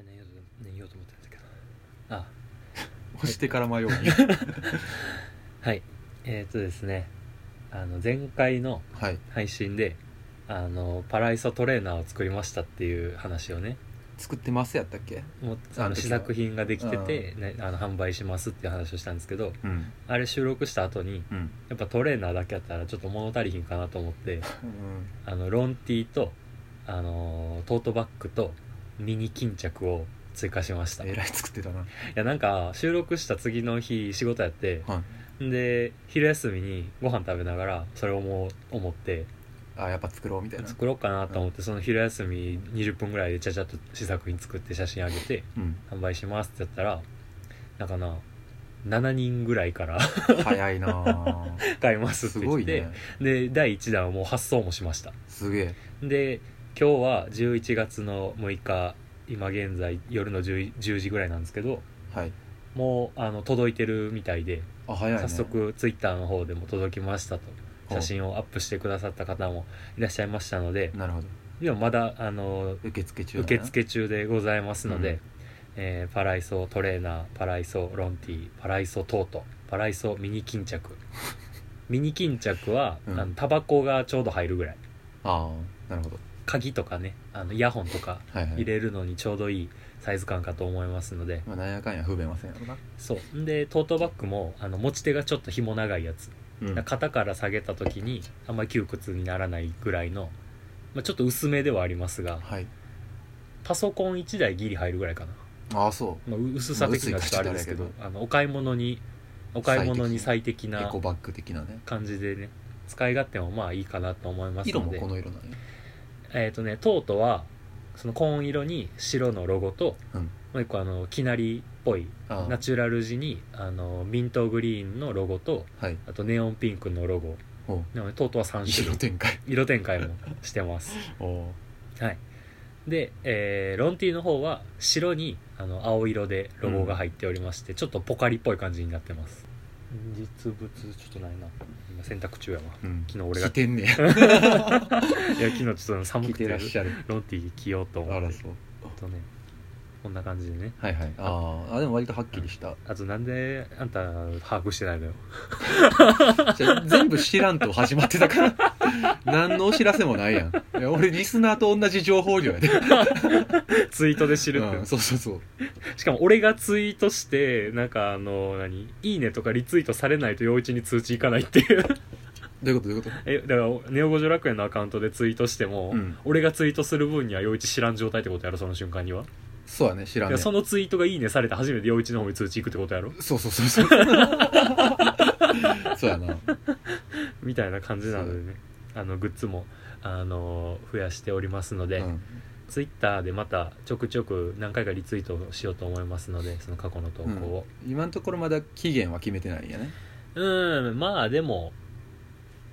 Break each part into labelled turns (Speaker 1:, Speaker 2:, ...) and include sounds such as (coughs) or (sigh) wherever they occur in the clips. Speaker 1: ね言おうと思ってるんだけどあ
Speaker 2: 押してから迷う、はい、
Speaker 1: (laughs) はいえー、っとですねあの前回の
Speaker 2: はい
Speaker 1: 配信であのパライソトレーナーを作りましたっていう話をね
Speaker 2: 作ってますやったっけ
Speaker 1: もう
Speaker 2: あ
Speaker 1: あ
Speaker 2: の
Speaker 1: の
Speaker 2: 時は
Speaker 1: 試作品ができてて、ね、あの販売しますっていう話をしたんですけど
Speaker 2: うん
Speaker 1: あれ収録した後に
Speaker 2: うん
Speaker 1: やっぱトレーナーだけやったらちょっと物足りひんかなと思っ
Speaker 2: (laughs)
Speaker 1: てあのロンティーとあのトートバッグとミニ巾着を追加しました
Speaker 2: えらい作ってたない
Speaker 1: やなんか収録した次の日仕事やって
Speaker 2: はい
Speaker 1: で昼休みにご飯食べながらそれをもう思って
Speaker 2: あやっぱ作ろうみたいな
Speaker 1: 作ろうかなと思ってその昼休み20分ぐらいでちゃちゃっと試作品作って写真あげて
Speaker 2: うん
Speaker 1: 販売しますってやったらなんかな7人ぐらいから (laughs)
Speaker 2: 早いなあ
Speaker 1: 買いますって
Speaker 2: す
Speaker 1: 言
Speaker 2: ご
Speaker 1: っ
Speaker 2: い
Speaker 1: て、
Speaker 2: ね
Speaker 1: で第1弾はもう発送もしました
Speaker 2: すげえ
Speaker 1: で今日は11月の6日今現在夜の 10, 10時ぐらいなんですけど
Speaker 2: はい
Speaker 1: もうあの届いてるみたいで
Speaker 2: あ早いね
Speaker 1: 早速ツイッターの方でも届きましたと
Speaker 2: お
Speaker 1: 写真をアップしてくださった方もいらっしゃいましたので
Speaker 2: なるほど
Speaker 1: でもまだあの
Speaker 2: 受付中だね
Speaker 1: 受付中でございますので、
Speaker 2: うん
Speaker 1: えーパライソトレーナーパライソロンティーパライソトートパライソミニ巾
Speaker 2: (laughs)
Speaker 1: 着ミニ巾着は、
Speaker 2: うん
Speaker 1: あのタバコがちょうど入るぐらい
Speaker 2: ああなるほど
Speaker 1: 鍵とかねあのイヤホンとか
Speaker 2: はいはい
Speaker 1: 入れるのにちょうどいいサイズ感かと思いますので
Speaker 2: まあなんやかんや不便はせんやろな
Speaker 1: そうでトートバッグもあの持ち手がちょっと紐長いやつ
Speaker 2: うん
Speaker 1: 肩から下げた時にあんまり窮屈にならないぐらいの、まあ、ちょっと薄めではありますが
Speaker 2: はい
Speaker 1: パソコン1台ギリ入るぐらいかな、
Speaker 2: ああそ
Speaker 1: まあ、う薄さ的にはちょっとあれですけど
Speaker 2: まあ薄い
Speaker 1: あのお買い物にお買い物に最適
Speaker 2: うエ
Speaker 1: な
Speaker 2: コバッグ的なね
Speaker 1: 感じでね使い勝手もまあいいかなと思います
Speaker 2: 色
Speaker 1: の
Speaker 2: も
Speaker 1: で
Speaker 2: この色なんや
Speaker 1: えっ、とねトートはその紺色に白のロゴと、
Speaker 2: うん
Speaker 1: もう一個あのきなりっぽい
Speaker 2: あ
Speaker 1: ナチュラル地にあのミントグリーンのロゴと
Speaker 2: あはい
Speaker 1: あとネオンピンクのロゴ
Speaker 2: おう
Speaker 1: なのでトートは3種類
Speaker 2: 色展開
Speaker 1: 色展開もしてます
Speaker 2: おお
Speaker 1: はいで、えーロンティーの方は白にあの青色でロゴが入っておりまして、ちょっとポカリっぽい感じになってます実物ちょっとないな今洗濯中やわ
Speaker 2: うん
Speaker 1: 昨日俺が
Speaker 2: 着てんねや
Speaker 1: (laughs) いや昨日ちょっと寒
Speaker 2: 着
Speaker 1: くて
Speaker 2: てらっしゃる
Speaker 1: ロンティー着ようと思
Speaker 2: あ
Speaker 1: っ
Speaker 2: ら
Speaker 1: て
Speaker 2: そう
Speaker 1: えっとねこんな感じでね
Speaker 2: はいはいあーあでも割とはっきりした
Speaker 1: あとなんであんた把握してないのよ (laughs)
Speaker 2: じゃあ (laughs) 全部知らんと始まってたから (laughs) 何のお知らせもないやんいや俺リスナーと同じ情報量やで、
Speaker 1: ツイートで知るって、
Speaker 2: うん、そうそうそう
Speaker 1: しかも俺がツイートしてなんかあの何いいねとかリツイートされないと陽一に通知いかないっていう
Speaker 2: どういうことどういうこと
Speaker 1: えだからネオ五条楽園のアカウントでツイートしても、
Speaker 2: うん
Speaker 1: 俺がツイートする分には陽一知らん状態ってことやろその瞬間には、
Speaker 2: そうやね知ら
Speaker 1: い
Speaker 2: んね
Speaker 1: や
Speaker 2: そ
Speaker 1: そのツイートがいいねされて初めて陽一の方に通知いくってことやろ
Speaker 2: そうそうそう (laughs) そうそうやな
Speaker 1: みたいな感じなのでねあのグッズもあの増やしておりますので、
Speaker 2: うん
Speaker 1: ツイッターでまたちょくちょく何回かリツイートしようと思いますのでその過去の投稿を
Speaker 2: うん今のところまだ期限は決めてないんやね
Speaker 1: うんまあでも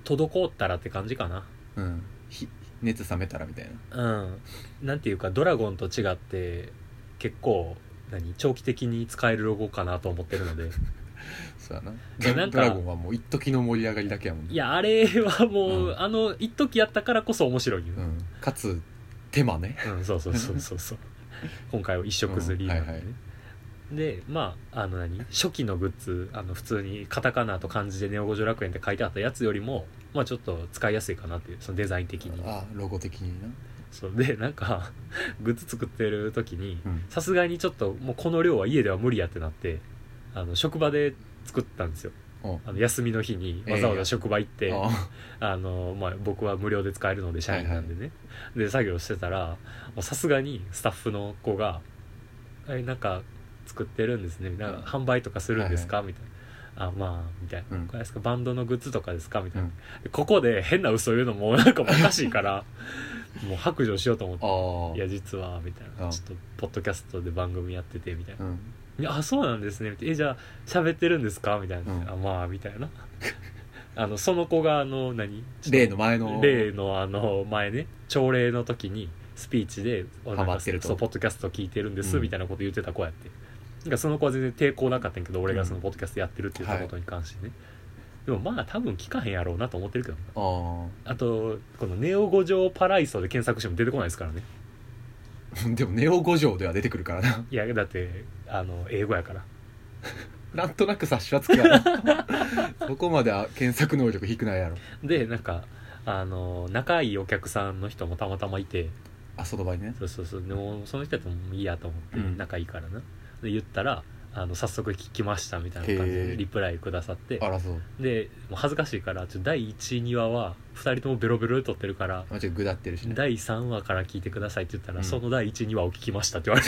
Speaker 1: 滞ったらって感じかな
Speaker 2: うんひ熱冷めたらみたいな
Speaker 1: うんなんていうかドラゴンと違って結構何長期的に使えるロゴかなと思ってるので
Speaker 2: そうやな
Speaker 1: やなんか
Speaker 2: ドラゴンはもう一時の盛り上がりだけやもん
Speaker 1: (laughs)
Speaker 2: ね
Speaker 1: いやあれはもう、
Speaker 2: うん
Speaker 1: あの一時やったからこそ面白いよ
Speaker 2: う、ん、かつ手間ね
Speaker 1: うんそうそうそうそうそう今回は一色ずりなんでね、
Speaker 2: うんはいは
Speaker 1: でまああの何初期のグッズあの普通にカタカナと漢字で「ネオ五条楽園」って書いてあったやつよりもまあちょっと使いやすいかなっていうそのデザイン的に
Speaker 2: あロゴ的にな
Speaker 1: そうでなんか (laughs) グッズ作ってる時に
Speaker 2: うん
Speaker 1: さすがにちょっともうこの量は家では無理やってなってあの職場で作ったんですよ
Speaker 2: お
Speaker 1: あの休みの日にわざわざ職場行って、
Speaker 2: あ
Speaker 1: あのまあ、僕は無料で使えるので社員なんでね、で作業してたらもうさすがにスタッフの子が「えなんか作ってるんですね」なんか販売とかするんですか?」みたいな「あまあ」みたいな
Speaker 2: う
Speaker 1: 「
Speaker 2: ん
Speaker 1: これですかバンドのグッズとかですか?」みたいな、
Speaker 2: うん
Speaker 1: でここで変な嘘言うのもなんかおかしいからもう白状しようと思って「
Speaker 2: あ
Speaker 1: いや実は」みたいな「
Speaker 2: あ
Speaker 1: ちょっとポッドキャストで番組やってて」みたいな
Speaker 2: うん
Speaker 1: いやあそうなんですね」みたいなえじゃあ喋ってるんですか?」みたいな「
Speaker 2: うん
Speaker 1: あまあ」みたいな (laughs) あのその子があの何
Speaker 2: 例の前の
Speaker 1: 例のあの前ね朝礼の時にスピーチで「
Speaker 2: ハマってると
Speaker 1: そうポッドキャスト聞いてるんです」
Speaker 2: うん
Speaker 1: みたいなこと言ってた子やって、なんかその子は全然抵抗なかったんやけど俺がそうの
Speaker 2: ん
Speaker 1: ポッドキャストやってるって言ったことに関してね、でもまあ多分聞かへんやろうなと思ってるけどな
Speaker 2: あ
Speaker 1: あとこの「ネオ五条パライソ」で検索しても出てこないですからね
Speaker 2: あ (laughs) でもネオ五条では出てくるから (laughs) ない
Speaker 1: やだってあの英語やから
Speaker 2: なんとなく察しはつくやろ (laughs) そこまでは検索能力低くないやろ
Speaker 1: でなんかあの仲いいお客さんの人もたまたまいて
Speaker 2: あその場にね
Speaker 1: そうそうそうでもその人やったらもういいやと思って、
Speaker 2: うん
Speaker 1: 仲いいからなで言ったらあの早速聞きましたみたいな感じ
Speaker 2: へ
Speaker 1: で
Speaker 2: ー
Speaker 1: リプライくださって
Speaker 2: あらそう
Speaker 1: でもう恥ずかしいからちょっと第12話は2人ともベロベロで撮ってるから
Speaker 2: まあちょっとぐだってるしね
Speaker 1: 第3話から聞いてくださいって言ったら、
Speaker 2: うん
Speaker 1: その第12話を聞きましたって言われ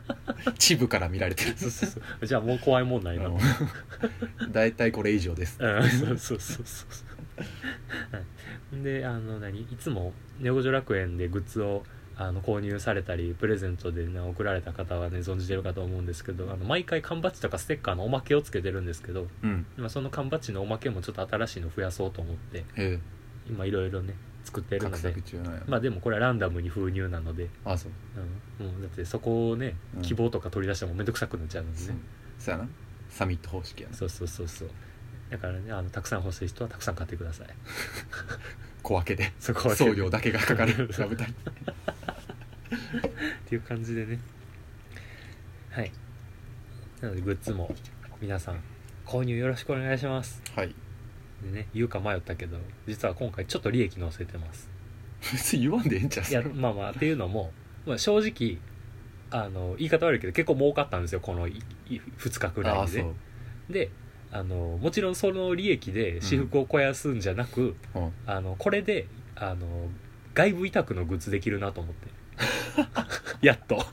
Speaker 2: (laughs)
Speaker 1: て
Speaker 2: チブから見られてる
Speaker 1: そうそうそうじゃあもう怖いもんないな、うん、
Speaker 2: うん (laughs) 大体これ以上です
Speaker 1: そうそうそうそうはいであの何いつも「ネオ五条楽園」でグッズをあの購入されたりプレゼントで、ね、送られた方はね存じてるかと思うんですけどあの毎回缶バッジとかステッカーのおまけをつけてるんですけど
Speaker 2: うん
Speaker 1: 今その缶バッジのおまけもちょっと新しいの増やそうと思って
Speaker 2: え
Speaker 1: 今いろいろね作って
Speaker 2: え
Speaker 1: る
Speaker 2: 画
Speaker 1: ので
Speaker 2: 策中なんや
Speaker 1: まあでもこれはランダムに封入なので、
Speaker 2: あそう
Speaker 1: うん、もうだってそこをね
Speaker 2: うん
Speaker 1: 希望とか取り出してもめんどくさくなっちゃうので
Speaker 2: そう
Speaker 1: ね、
Speaker 2: そうやなサミット方式やな
Speaker 1: そうそうそうそうだからねあのたくさん欲しい人はたくさん買ってください
Speaker 2: 小分けで
Speaker 1: そこは
Speaker 2: 送料だけがか
Speaker 1: (laughs)
Speaker 2: かるラブタイ
Speaker 1: っていう感じでねはいなのでグッズも皆さん購入よろしくお願いします
Speaker 2: はい (laughs)
Speaker 1: でね言うか迷ったけど実は今回ちょっと利益乗せてます
Speaker 2: 別に言わんでええんちゃう
Speaker 1: いやまあまあっていうのも、まあ、正直あの言い方悪いけど結構儲かったんですよこの2日く
Speaker 2: あ
Speaker 1: ら
Speaker 2: あ
Speaker 1: い
Speaker 2: そう
Speaker 1: で、であのもちろんその利益で私服を肥やすんじゃなく、
Speaker 2: うん、
Speaker 1: あのこれであの外部委託のグッズできるなと思って (laughs) やっと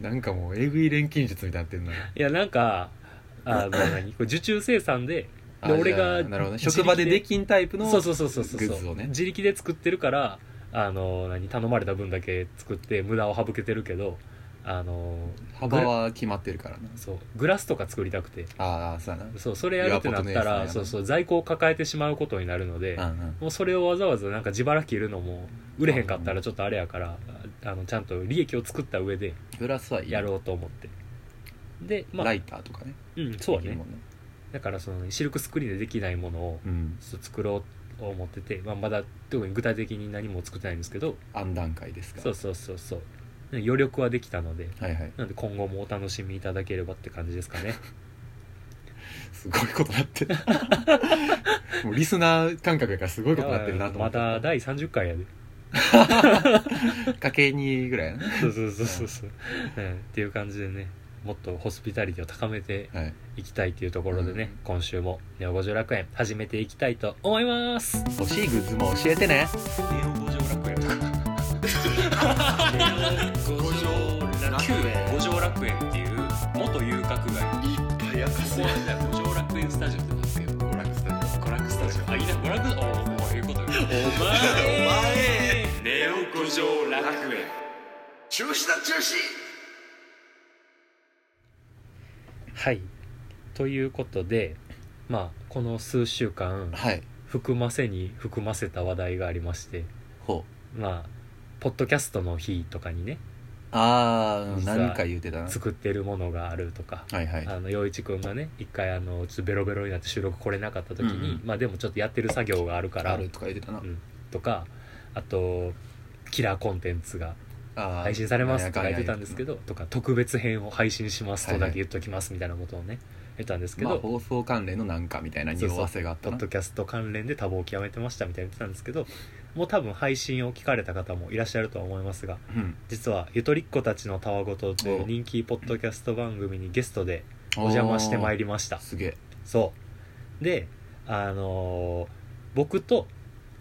Speaker 2: なんかもうえぐい錬金術みたいになってんない
Speaker 1: やなんかあの何これ受注生産で
Speaker 2: あ
Speaker 1: で俺が
Speaker 2: じゃあなるほどね
Speaker 1: 自力で
Speaker 2: 職場でできんタイプの
Speaker 1: そうそうそうそうそう
Speaker 2: グッズをね
Speaker 1: 自力で作ってるからあの何頼まれた分だけ作って無駄を省けてるけどあの
Speaker 2: 幅は決まってるからな
Speaker 1: そうグラスとか作りたくて
Speaker 2: ああそうや
Speaker 1: そうそれやるってなった
Speaker 2: いやことねえ
Speaker 1: ら
Speaker 2: ですね
Speaker 1: そうそう在庫を抱えてしまうことになるので、
Speaker 2: なうんうん
Speaker 1: もうそれをわざわざなんか自腹切るのも売れへんかったらちょっとあれやからああのちゃんと利益を作った上で
Speaker 2: グラスはいい
Speaker 1: やろうと思ってでまあ
Speaker 2: ライターとかね
Speaker 1: うんそう
Speaker 2: できる
Speaker 1: ね
Speaker 2: もんね
Speaker 1: だからそのシルクスクリーンでできないものを
Speaker 2: うん
Speaker 1: ちょっと作ろうと思ってて、まあ、まだ特に具体的に何も作ってないんですけど
Speaker 2: 暗段階ですから
Speaker 1: そうそうそうそう余力はできたので
Speaker 2: はいはい
Speaker 1: なので今後もお楽しみいただければって感じですか
Speaker 2: (laughs)
Speaker 1: ね
Speaker 2: すごいことなっ
Speaker 1: (laughs)
Speaker 2: てるもうリスナー感覚やからすごいことなってるなと思
Speaker 1: ま
Speaker 2: って
Speaker 1: た第30回やで
Speaker 2: 家計にぐらいやな
Speaker 1: そうそうそうそうそう、うん、っていう感じでねもっとホスピタリティを高めて
Speaker 2: はい
Speaker 1: いきたいというところでね、
Speaker 2: うん
Speaker 1: 今週も「ネオ五条楽園」始めていきたいと思います
Speaker 2: 欲しいグッズも教えてね
Speaker 1: ネオ五条楽園とか五条楽園五条楽園っていう元遊郭街
Speaker 2: いっぱいやか
Speaker 1: ここはね五条楽園スタジオってなんですけど
Speaker 2: 娯楽スタジ
Speaker 1: 娯楽スタジオあいいな娯楽おおこういうことよお前ネオ五条楽園
Speaker 2: 中止だ中止
Speaker 1: はいということでまあこの数週間
Speaker 2: はい
Speaker 1: 含ませに含ませた話題がありまして
Speaker 2: ほ
Speaker 1: まあポッドキャストの日とかにね
Speaker 2: うああ
Speaker 1: 実は
Speaker 2: 何か言うてたな
Speaker 1: 作ってるものがあるとか
Speaker 2: はいはい
Speaker 1: あの陽一君がね一回あのちょっとベロベロになって収録来れなかった時に、
Speaker 2: うんうん
Speaker 1: まあでもちょっとやってる作業があるから
Speaker 2: あるとか言ってたな
Speaker 1: うんとかあとキラーコンテンツが
Speaker 2: あー
Speaker 1: 配信されますとか言ってたんですけ
Speaker 2: ど
Speaker 1: どとか特別編を配信しますとだけ言っときますみたいなことをね言ったんですけど、
Speaker 2: まあ、放送関連のなんかみたいな匂わせがあった
Speaker 1: ポッ
Speaker 2: な
Speaker 1: ドキャスト関連で多忙を極めてましたみたいに言ってたんですけどもう多分配信を聞かれた方もいらっしゃるとは思いますが
Speaker 2: うん
Speaker 1: 実はゆとりっ子たちのたわごとという人気ポッドキャスト番組にゲストでお邪魔してまいり
Speaker 2: り
Speaker 1: ました
Speaker 2: すげえ
Speaker 1: そうであのー僕と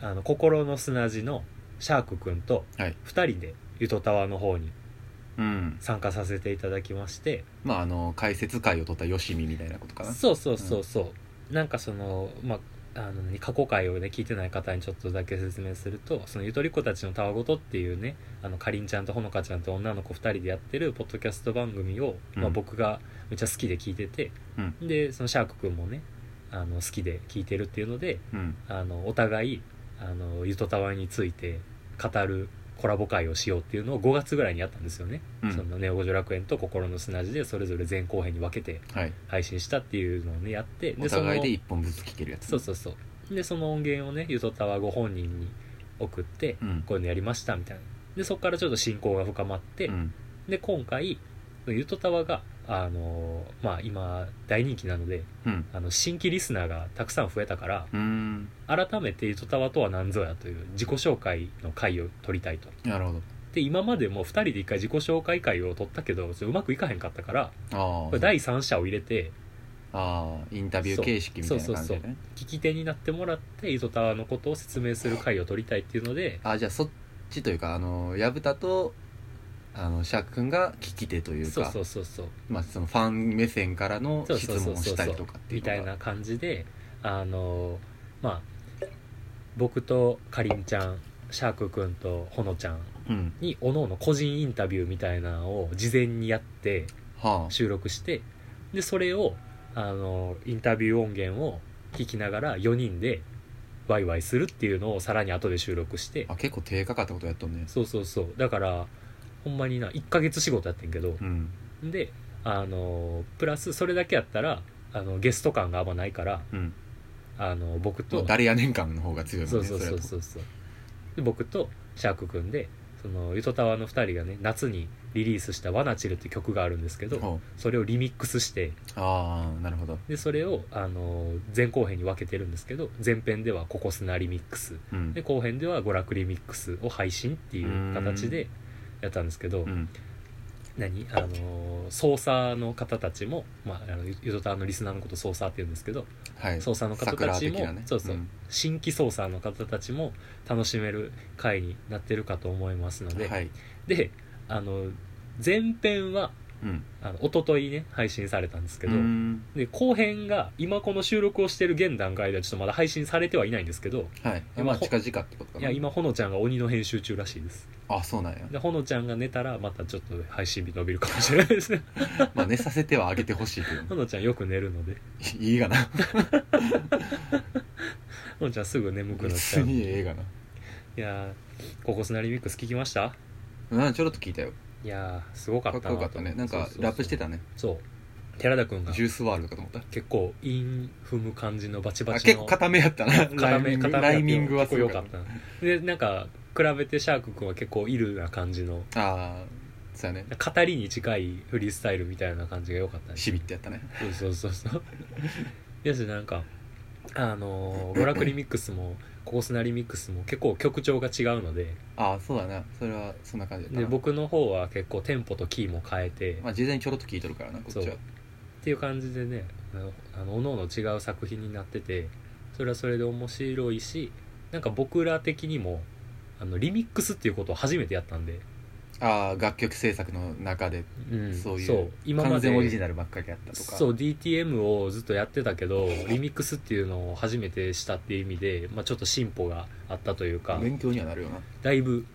Speaker 1: あの心の砂地のシャークくんと
Speaker 2: はい
Speaker 1: 2人でゆとたわの方に
Speaker 2: うん
Speaker 1: 参加させていただきまして
Speaker 2: まああの解説会を取ったよしみみたいなことかな
Speaker 1: そうそうそうそう、なんかそのまああのね過去回をね聞いてない方にちょっとだけ説明するとそのゆとりっ子たちのたわごとっていうねあのかりんちゃんとほのかちゃんと女の子2人でやってるポッドキャスト番組を、ま
Speaker 2: う
Speaker 1: あ、
Speaker 2: ん
Speaker 1: 僕がめっちゃ好きで聞いてて、でそのシャークくんもねあの好きで聞いてるっていうので
Speaker 2: うん
Speaker 1: あのお互いあのゆとたわについて語るコラボ会をしようっていうのを5月ぐらいにやったんですよね、
Speaker 2: うん
Speaker 1: そのネオ五条楽園と心の砂地でそれぞれ前後編に分けて
Speaker 2: はい
Speaker 1: 配信したっていうのをねやって
Speaker 2: お互いで
Speaker 1: その
Speaker 2: 一本ずつ聞けるやつ
Speaker 1: そうそうそうでその音源をねゆとたわご本人に送って、
Speaker 2: うん
Speaker 1: こういうのやりましたみたいなでそこからちょっと親交が深まって、
Speaker 2: うん
Speaker 1: で今回ゆとたわがあのまあ今大人気なので
Speaker 2: うん
Speaker 1: あの新規リスナーがたくさん増えたから
Speaker 2: うん
Speaker 1: 改めて「ゆとたわとは何ぞや」という自己紹介の回を取りたいと
Speaker 2: なるほ
Speaker 1: で今までも2人で1回自己紹介会を取ったけどちょっとうまくいかへんかったから
Speaker 2: どあ
Speaker 1: こ
Speaker 2: あ
Speaker 1: れ第三者を入れて
Speaker 2: ああインタビュー形式みたいな感じでね
Speaker 1: そう聞き手になってもらってゆとたわのことを説明する回を取りたいっていうので
Speaker 2: あじゃあそっちというかあの薮田とあのシャーク君が聞き手というか
Speaker 1: そうそうそうそう
Speaker 2: まあ、そのファン目線からの
Speaker 1: そう
Speaker 2: 質
Speaker 1: そうそう
Speaker 2: 問を
Speaker 1: そう
Speaker 2: したりとかっていう
Speaker 1: み
Speaker 2: のが
Speaker 1: たいな感じであのまあ僕とかりんちゃんシャークくんとほのちゃん
Speaker 2: うん
Speaker 1: におのおの個人インタビューみたいなのを事前にやって
Speaker 2: は
Speaker 1: 収録してでそれをあのインタビュー音源を聞きながら4人でワイワイするっていうのをさらに後で収録して
Speaker 2: ああ結構低価かったことやっとんね
Speaker 1: そうそうそうだからほんまにな1ヶ月仕事やってんけど
Speaker 2: うん
Speaker 1: であのプラスそれだけやったらあのゲスト感があんまないから
Speaker 2: うん
Speaker 1: あの僕と
Speaker 2: と誰やねん感の方が強いも
Speaker 1: そ
Speaker 2: ん
Speaker 1: う
Speaker 2: ね
Speaker 1: そうそう
Speaker 2: そ
Speaker 1: そうそうで僕とシャークくんでそのゆとたわの2人がね夏にリリースした「ワナチル」って曲があるんですけ
Speaker 2: れ
Speaker 1: ど
Speaker 2: と
Speaker 1: それをリミックスして
Speaker 2: ああなるほど
Speaker 1: でそれをあの前後編に分けてるんですけど前編では「ココスナリミックス」
Speaker 2: うん
Speaker 1: で後編では「娯楽リミックス」を配信っていう形でやったんですけど
Speaker 2: うん
Speaker 1: 何あの操作の方たちも、まあ、あのゆゆとたわのリスナーのこと操作って言うんですけど
Speaker 2: はい
Speaker 1: 操作の方たち
Speaker 2: 桜
Speaker 1: も、
Speaker 2: 的なね
Speaker 1: そうそう、
Speaker 2: ん
Speaker 1: 新規操作の方たちも楽しめる回になってるかと思いますので、
Speaker 2: はい
Speaker 1: であの前編は
Speaker 2: うん
Speaker 1: あの一昨日ね配信されたんですけど、
Speaker 2: うん
Speaker 1: で後編が今この収録をしてる現段階ではちょっとまだ配信されてはいないんですけど
Speaker 2: はい
Speaker 1: 今
Speaker 2: まあ
Speaker 1: ほ
Speaker 2: 近々ってことかない
Speaker 1: や今ほのちゃんが鬼の編集中らしいです
Speaker 2: あそう
Speaker 1: (laughs)
Speaker 2: なんや
Speaker 1: でほのちゃんが寝たらまたちょっと配信日伸びるかもしれないです
Speaker 2: (laughs)
Speaker 1: ね
Speaker 2: まあ寝させてはあげてほしいけど
Speaker 1: ほのちゃんよく寝るので
Speaker 2: (laughs) いいがな
Speaker 1: ほのちゃんすぐ眠くなっちゃ
Speaker 2: 別
Speaker 1: う
Speaker 2: に
Speaker 1: い
Speaker 2: (laughs) ええがな
Speaker 1: やーココスナリミックス聞きました
Speaker 2: うんちょろっと聞いたよ
Speaker 1: いやーすごか
Speaker 2: か
Speaker 1: ったな
Speaker 2: っ
Speaker 1: と
Speaker 2: こよかったねなんか
Speaker 1: そうそうそう
Speaker 2: ラップしてたね
Speaker 1: そう寺田君が
Speaker 2: ジュースワールドかと思った
Speaker 1: 結構韻踏む感じのバチバ
Speaker 2: あ
Speaker 1: チ
Speaker 2: 結
Speaker 1: の
Speaker 2: 構固めやったな
Speaker 1: (laughs) 固め固め
Speaker 2: ライミングは
Speaker 1: 結構良かったなでなんか比べてシャーク君は結構イルな感じの
Speaker 2: ああそうやね
Speaker 1: 語りに近いフリースタイルみたいな感じが良かったね
Speaker 2: シビってやったね
Speaker 1: そうそうそうそうやしなんかあのー娯楽リミックスもコースナリミックスも結構曲調が違うので
Speaker 2: ああそうだなそれはそんな感じだった
Speaker 1: で
Speaker 2: な
Speaker 1: 僕の方は結構テンポとキーも変えて
Speaker 2: まあ事前にちょろっと聞いとるからなこっち
Speaker 1: そ
Speaker 2: は
Speaker 1: うっていう感じでねあのあのおのおの違う作品になっててそれはそれで面白いしなんか僕ら的にもあのリミックスっていうことを初めてやったんで、
Speaker 2: ああ楽曲制作の中で
Speaker 1: うん
Speaker 2: そういう
Speaker 1: 今ま
Speaker 2: 完
Speaker 1: で
Speaker 2: 全オリジナルばっかりやったとか
Speaker 1: そう DTM をずっとやってたけどリミックスっていうのを初めてしたっていう意味で、まあ、ちょっと進歩があったというか
Speaker 2: 勉強にはなるよな
Speaker 1: だいぶ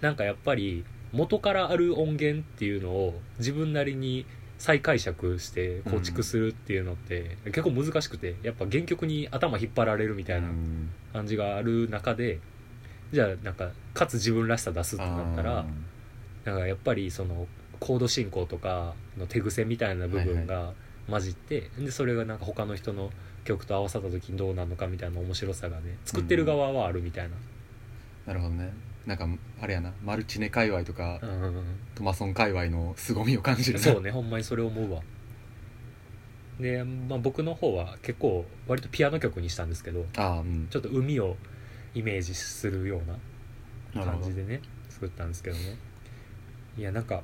Speaker 1: なんかやっぱり元からある音源っていうのを自分なりに再解釈して構築するっていうのって結構難しくてやっぱ原曲に頭引っ張られるみたいな
Speaker 2: うん
Speaker 1: 感じがある中でじゃあなんかかつ自分らしさ出すってなったら
Speaker 2: あー
Speaker 1: なんかやっぱりそのコード進行とかの手癖みたいな部分が混じって、でそれがなんか他の人の曲と合わさった時にどうなるのかみたいな面白さがね作ってる側はあるみたいな、
Speaker 2: なるほどねなんかあれやなマルチネ界隈とか
Speaker 1: うんうんうん
Speaker 2: トマソン界隈の凄みを感じるな
Speaker 1: そうねほんまにそれ思うわで、まあ、僕の方は結構割とピアノ曲にしたんですけど
Speaker 2: ああうん
Speaker 1: ちょっと海をイメージするような
Speaker 2: なる
Speaker 1: 感
Speaker 2: ほど
Speaker 1: じでね作ったんですけどねいやなんか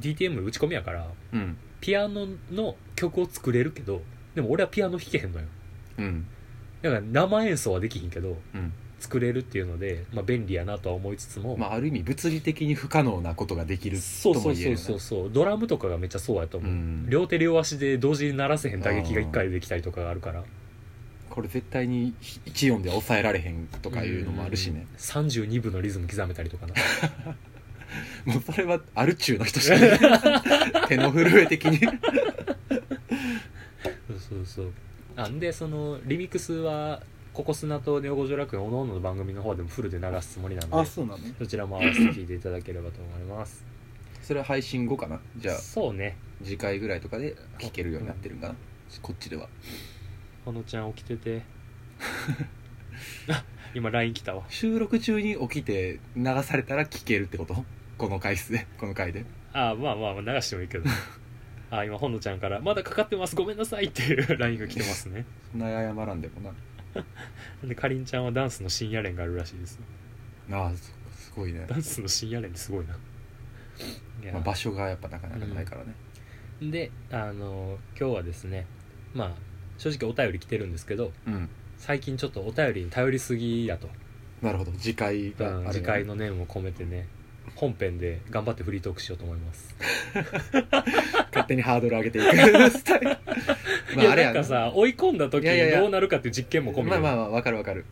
Speaker 1: DTM 打ち込みやから
Speaker 2: うん
Speaker 1: ピアノの曲を作れるけどでも俺はピアノ弾けへんのよ
Speaker 2: うん
Speaker 1: だから生演奏はできひんけど
Speaker 2: うん
Speaker 1: 作れるっていうので、まあ、便利やなとは思いつつも、
Speaker 2: まあある意味物理的に不可能なことができる
Speaker 1: そう
Speaker 2: と
Speaker 1: そう
Speaker 2: も言え
Speaker 1: そ
Speaker 2: る
Speaker 1: う
Speaker 2: な
Speaker 1: そうそうドラムとかがめっちゃそうやと思う、
Speaker 2: うん
Speaker 1: 両手両足で同時に鳴らせへん打撃が1回でできたりとかがあるから
Speaker 2: これ絶対に一音で抑えられへんと
Speaker 1: と
Speaker 2: かいうのもあるしね
Speaker 1: 32部のリズム刻めたりとかな
Speaker 2: もうそれはアル中の人しかい (laughs) ない手の震え的に
Speaker 1: そうそうそうあんでそのリミックスはココスナとネオゴジョラクのおのおのの番組の方でもフルで流すつもりなんで
Speaker 2: そうなの
Speaker 1: そちらも合わせて聞いていただければと思います
Speaker 2: それは配信後かなじゃあ
Speaker 1: そうね
Speaker 2: 次回ぐらいとかで聞けるようになってるんかなこっちでは (laughs)
Speaker 1: ほのちゃん起きててあ今 LINE 来たわ
Speaker 2: 収録中に起きて流されたら聞けるってことこの回数でこの回で
Speaker 1: あーまあまあまあ流してもいいけ
Speaker 2: (laughs)
Speaker 1: どあー今ほのちゃんから「まだかかってますごめんなさい」っていう (laughs) LINE が来てますね
Speaker 2: そんな謝らんでもな
Speaker 1: でかりんちゃんはダンスの深夜練があるらしいです
Speaker 2: ああそすごいね
Speaker 1: ダ、ンスの深夜練ってすごいないや
Speaker 2: まあ、場所がやっぱなかなかないからね、
Speaker 1: であの今日はですねまあ正直お便り来てるんですけど
Speaker 2: うん
Speaker 1: 最近ちょっとお便りに頼りすぎやと、
Speaker 2: なるほど次回がある、ね、
Speaker 1: 次回の念を込めてね本編で頑張ってフリートークしようと思います、
Speaker 2: 勝手にハードル上げていく (laughs) スタイル
Speaker 1: いやなんかさ追い込んだ時
Speaker 2: いやいやい
Speaker 1: に
Speaker 2: や
Speaker 1: どうなるかっていう実験も込み
Speaker 2: ま
Speaker 1: で
Speaker 2: あまあまあわかるわかる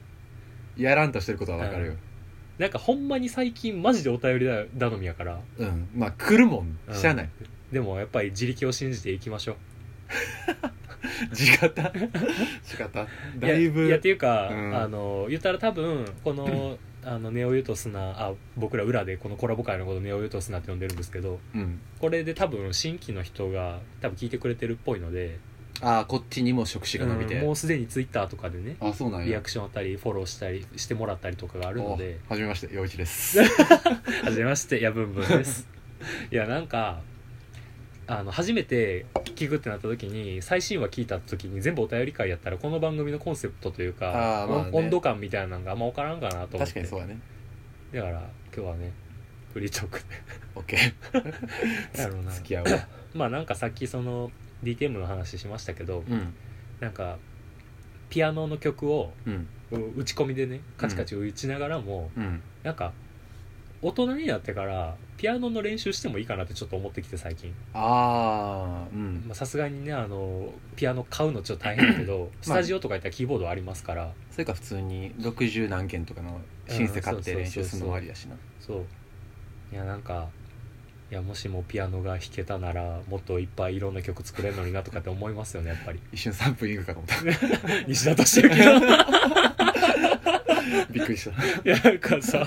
Speaker 2: やらんとしてることはわかるよ
Speaker 1: なんかほんまに最近マジでお便りだ頼みやから
Speaker 2: うん、まあ来るもんしゃあない、
Speaker 1: でもやっぱり自力を信じていきましょ
Speaker 2: 地
Speaker 1: (laughs)
Speaker 2: 方地方
Speaker 1: う
Speaker 2: だいぶ
Speaker 1: ややっていうか、
Speaker 2: うん
Speaker 1: あの言ったら多分この
Speaker 2: (laughs)
Speaker 1: あのネオユトスナあ僕ら裏でこのコラボ会のことネオユトスナって呼んでるんですけど
Speaker 2: うん、
Speaker 1: これで多分新規の人が多分聞いてくれてるっぽいので、
Speaker 2: ああこっちにも触手が伸びて、
Speaker 1: うんもうすでにツイッターとかでね
Speaker 2: あそうなんや
Speaker 1: リアクションあったりフォローしたりしてもらったりとかがあるので
Speaker 2: おはじめまして陽一で
Speaker 1: (laughs)
Speaker 2: す
Speaker 1: はじめましてやぶんぶんです
Speaker 2: (laughs)
Speaker 1: いやなんかあの初めて聞くってなった時に最新話聞いた時に全部お便り会やったらこの番組のコンセプトというか、
Speaker 2: あーまあね
Speaker 1: 温温度感みたいなのがあんま分からんかなと思っ
Speaker 2: 確か
Speaker 1: て
Speaker 2: にそうだね
Speaker 1: だから今日はねフリートークで
Speaker 2: OK
Speaker 1: (laughs)
Speaker 2: (laughs)
Speaker 1: やろうな
Speaker 2: 付き合う
Speaker 1: (laughs)
Speaker 2: わ
Speaker 1: まあなんかさっきその DTM の話しましたけど、
Speaker 2: うん
Speaker 1: なんかピアノの曲を
Speaker 2: うん
Speaker 1: う打ち込みでねカチカチ打ちながらも、
Speaker 2: うん
Speaker 1: なんか大人になってからピアノの練習してもいいかなってちょっと思ってきて最近
Speaker 2: ああうん
Speaker 1: まあさすがにねあのピアノ買うのちょっと大変だけどスタジオとか行ったらキーボードありますから
Speaker 2: それか普通に60何件とかのシンセ買って練習するのもありやしな
Speaker 1: そういやなんかいやもしもピアノが弾けたならもっといっぱいいろんな曲作れるのになとかって思いますよねやっ
Speaker 2: (laughs)
Speaker 1: ぱり
Speaker 2: 一瞬3分いくかと思っ
Speaker 1: 西田敏行の
Speaker 2: たびっくりし
Speaker 1: いやなんかさ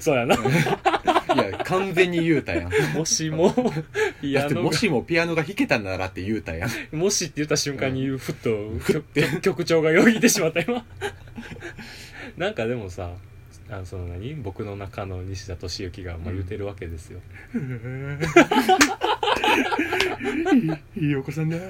Speaker 1: そうやな
Speaker 2: たいや完全に言うたやん
Speaker 1: もしもピ
Speaker 2: だっ
Speaker 1: ア
Speaker 2: て
Speaker 1: ノが
Speaker 2: もしもピアノが弾けたならって言うたやん
Speaker 1: もしって言った瞬間に、ふっと曲曲調がよぎってしまった今なんかでもさあのその何僕の中の西田敏行がまあ言ってるわけですよ、 (laughs)
Speaker 2: いいお子さんだ
Speaker 1: い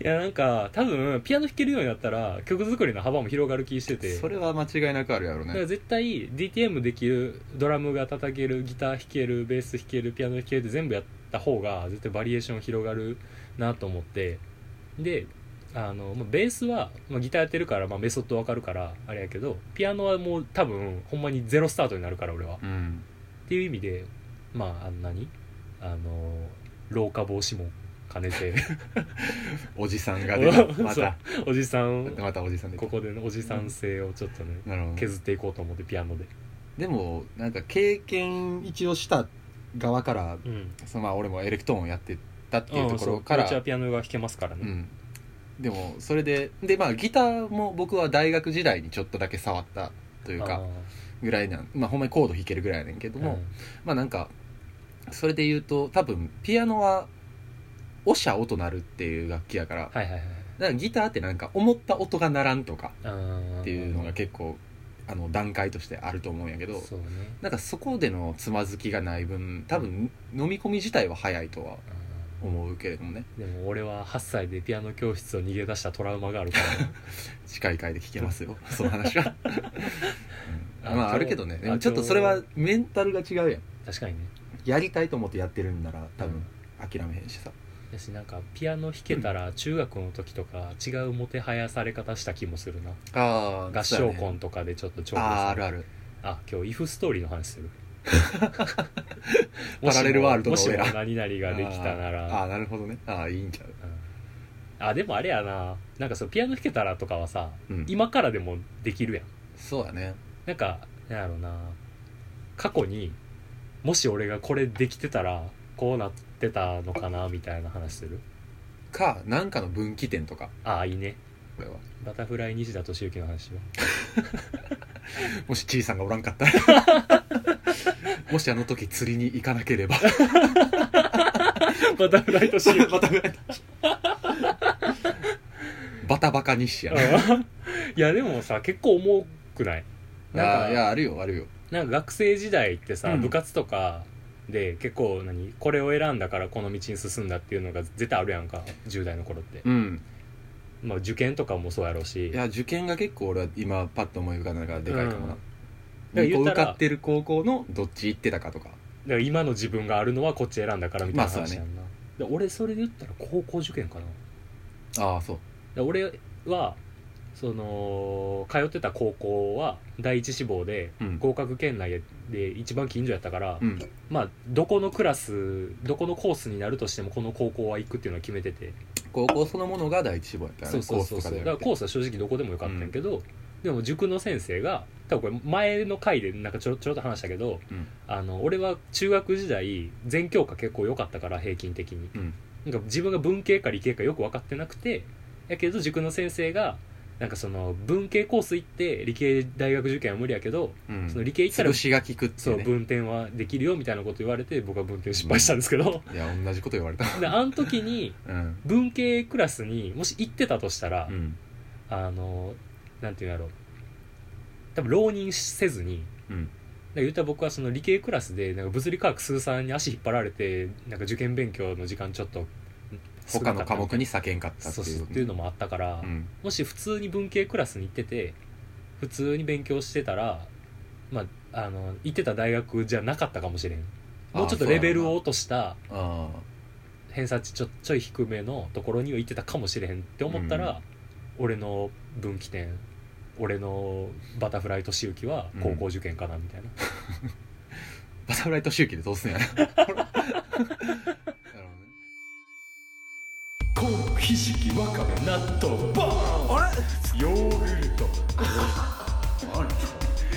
Speaker 1: やなんか多分ピアノ弾けるようになったら曲作りの幅も広がる気してて
Speaker 2: (laughs) それは間違いなくあるやろ
Speaker 1: だから
Speaker 2: ね
Speaker 1: 絶対 DTM できるドラムが叩けるギター弾けるベース弾けるピアノ弾けるって全部やった方が絶対バリエーション広がるなと思ってであの、まあ、ベースは、まあ、ギターやってるから、まあ、メソッドわかるからあれやけどピアノはもう多分ほんまにゼロスタートになるから俺は
Speaker 2: うん
Speaker 1: っていう意味でまああんなにあの老化防止も兼ねて
Speaker 2: おじさん (laughs) が出た
Speaker 1: (laughs)
Speaker 2: ま
Speaker 1: そう
Speaker 2: た
Speaker 1: おじさん
Speaker 2: またおじさん出た
Speaker 1: ここでのおじさん性をちょっとね
Speaker 2: なるほど
Speaker 1: 削っていこうと思ってピアノで
Speaker 2: でもなんか経験一応した側から
Speaker 1: うん
Speaker 2: そのまあ俺もエレクトーンをやってたっていうとこ
Speaker 1: そ
Speaker 2: ろから
Speaker 1: うちはピアノが弾けますからね、
Speaker 2: うんでもそれででまあギターも僕は大学時代にちょっとだけ触ったという
Speaker 1: あ
Speaker 2: かぐらいなんまあほんまにコード弾けるぐらいやねんけど
Speaker 1: ー
Speaker 2: も、
Speaker 1: うん
Speaker 2: まあなんかそれで言うと多分ピアノはおしゃ音鳴るっていう楽器やから
Speaker 1: はいはいはい
Speaker 2: だからギターってなんか思った音が鳴らんとか
Speaker 1: あー
Speaker 2: っていうのが結構あの段階としてあると思うんやけど
Speaker 1: そうね
Speaker 2: なんかそこでのつまずきがない分多分飲み込み自体は早いとは
Speaker 1: あ
Speaker 2: 思うけれどもね
Speaker 1: ーでも俺は8歳でピアノ教室を逃げ出したトラウマがあるから、
Speaker 2: (laughs) 近い回で聞けますよその
Speaker 1: (laughs)
Speaker 2: 話は、うん
Speaker 1: あ
Speaker 2: ま
Speaker 1: 今
Speaker 2: あ
Speaker 1: 日
Speaker 2: あるけどねで
Speaker 1: あ
Speaker 2: もちょっとそれ
Speaker 1: 今
Speaker 2: はメンタルが違うやん
Speaker 1: 確かにね
Speaker 2: やりたいと思ってやってるんなら多
Speaker 1: う
Speaker 2: 分
Speaker 1: ん
Speaker 2: 諦めへんしさ
Speaker 1: だしなんかピアノ弾けたら中学の時とか違うもてはやされ方した気もするな、
Speaker 2: あ
Speaker 1: 合唱コンとかでちょっと調
Speaker 2: あーあるあ
Speaker 1: る
Speaker 2: る
Speaker 1: あ今日「イフストーリー」の話する
Speaker 2: (laughs) パラレルワールドの俺ら
Speaker 1: もしも何々ができたな
Speaker 2: あ
Speaker 1: ら
Speaker 2: ーあーなるほどねああいいんちゃう、
Speaker 1: あでもあれやななんかそうピアノ弾けたらとかはさ
Speaker 2: うん、
Speaker 1: 今からでもできるやん
Speaker 2: そうだね
Speaker 1: なんかなんやろうな過去にもし俺がこれできてたらこうなってたのかなみたいな話する
Speaker 2: かなんかの分岐点とか
Speaker 1: ああいいね
Speaker 2: これは
Speaker 1: バタフライ西田敏行の話は
Speaker 2: もしちいさんがおらんかったら
Speaker 1: (laughs)
Speaker 2: もしあの時釣りに行かなければ (laughs)
Speaker 1: バタフライ敏行
Speaker 2: またバタバカ日誌やね
Speaker 1: うんいやでもさ結構重くないなんか
Speaker 2: あーいやあるよあるよ
Speaker 1: なんか学生時代ってさ、
Speaker 2: うん
Speaker 1: 部活とかで結構何これを選んだからこの道に進んだっていうのが絶対あるやんか10代の頃って、
Speaker 2: うん
Speaker 1: まあ、受験とかもそうやろうし
Speaker 2: いや受験が結構俺は今パッと思い浮かんだからでかいかもな、
Speaker 1: うん
Speaker 2: でこう
Speaker 1: だから言ったら
Speaker 2: 受かってる高校のどっち行ってたかとか
Speaker 1: だから今の自分があるのはこっち選んだからみたいな話
Speaker 2: まあそう
Speaker 1: や
Speaker 2: やね
Speaker 1: んな、で俺それで言ったら高校受験かな
Speaker 2: ああそう
Speaker 1: で俺はその通ってた高校は第一志望で
Speaker 2: うん
Speaker 1: 合格圏内で一番近所やったから、
Speaker 2: うん
Speaker 1: まあどこのクラスどこのコースになるとしてもこの高校は行くっていうのは決めてて
Speaker 2: 高校そのものが第一志望やったよ
Speaker 1: そう
Speaker 2: ね
Speaker 1: そうそうそうだから
Speaker 2: コ
Speaker 1: コ
Speaker 2: ー
Speaker 1: ースは正直どこでもよかったんやけど、でも塾の先生が多分これ前の回でなんかちょろちょろっと話したけど、
Speaker 2: うん
Speaker 1: あの俺は中学時代全教科結構良かったから平均的に
Speaker 2: スうん
Speaker 1: なんか自分が文系か理系かよく分かってなくてやけど塾の先生がなんかその文系コース行って理系大学受験は無理やけど、
Speaker 2: うん
Speaker 1: その理系行ったら
Speaker 2: 潰しが効くって
Speaker 1: そ
Speaker 2: いう
Speaker 1: う
Speaker 2: ね
Speaker 1: 文転はできるよみたいなこと言われて僕は文転失敗したんですけど、
Speaker 2: いや同じこと言われた
Speaker 1: であの時に
Speaker 2: うん
Speaker 1: 文系クラスにもし行ってたとしたら、
Speaker 2: うん
Speaker 1: あのなんていうんやろう多分浪人せずに
Speaker 2: うん
Speaker 1: だから言ったら僕はその理系クラスでなんか物理科学数三に足引っ張られてなんか受験勉強の時間ちょっと
Speaker 2: 他の科目
Speaker 1: に
Speaker 2: に避けんかったって
Speaker 1: そう
Speaker 2: い
Speaker 1: そううっていうのもあったから、
Speaker 2: うん
Speaker 1: もし普通に文系クラスに行ってて普通に勉強してたらまああの行ってた大学じゃなかったかもしれんもうちょっとレベルを落とした
Speaker 2: あ
Speaker 1: 偏差値ちょちょい低めのところには行ってたかもしれへんって思ったら、俺の分岐点俺のバタフライ年行きは高校受験かなみたいな、
Speaker 2: ーバタフライと周期でどうすん
Speaker 1: (laughs)
Speaker 2: やななるほどね
Speaker 3: コーひじきわかめ納豆バーンあれヨーグルトあ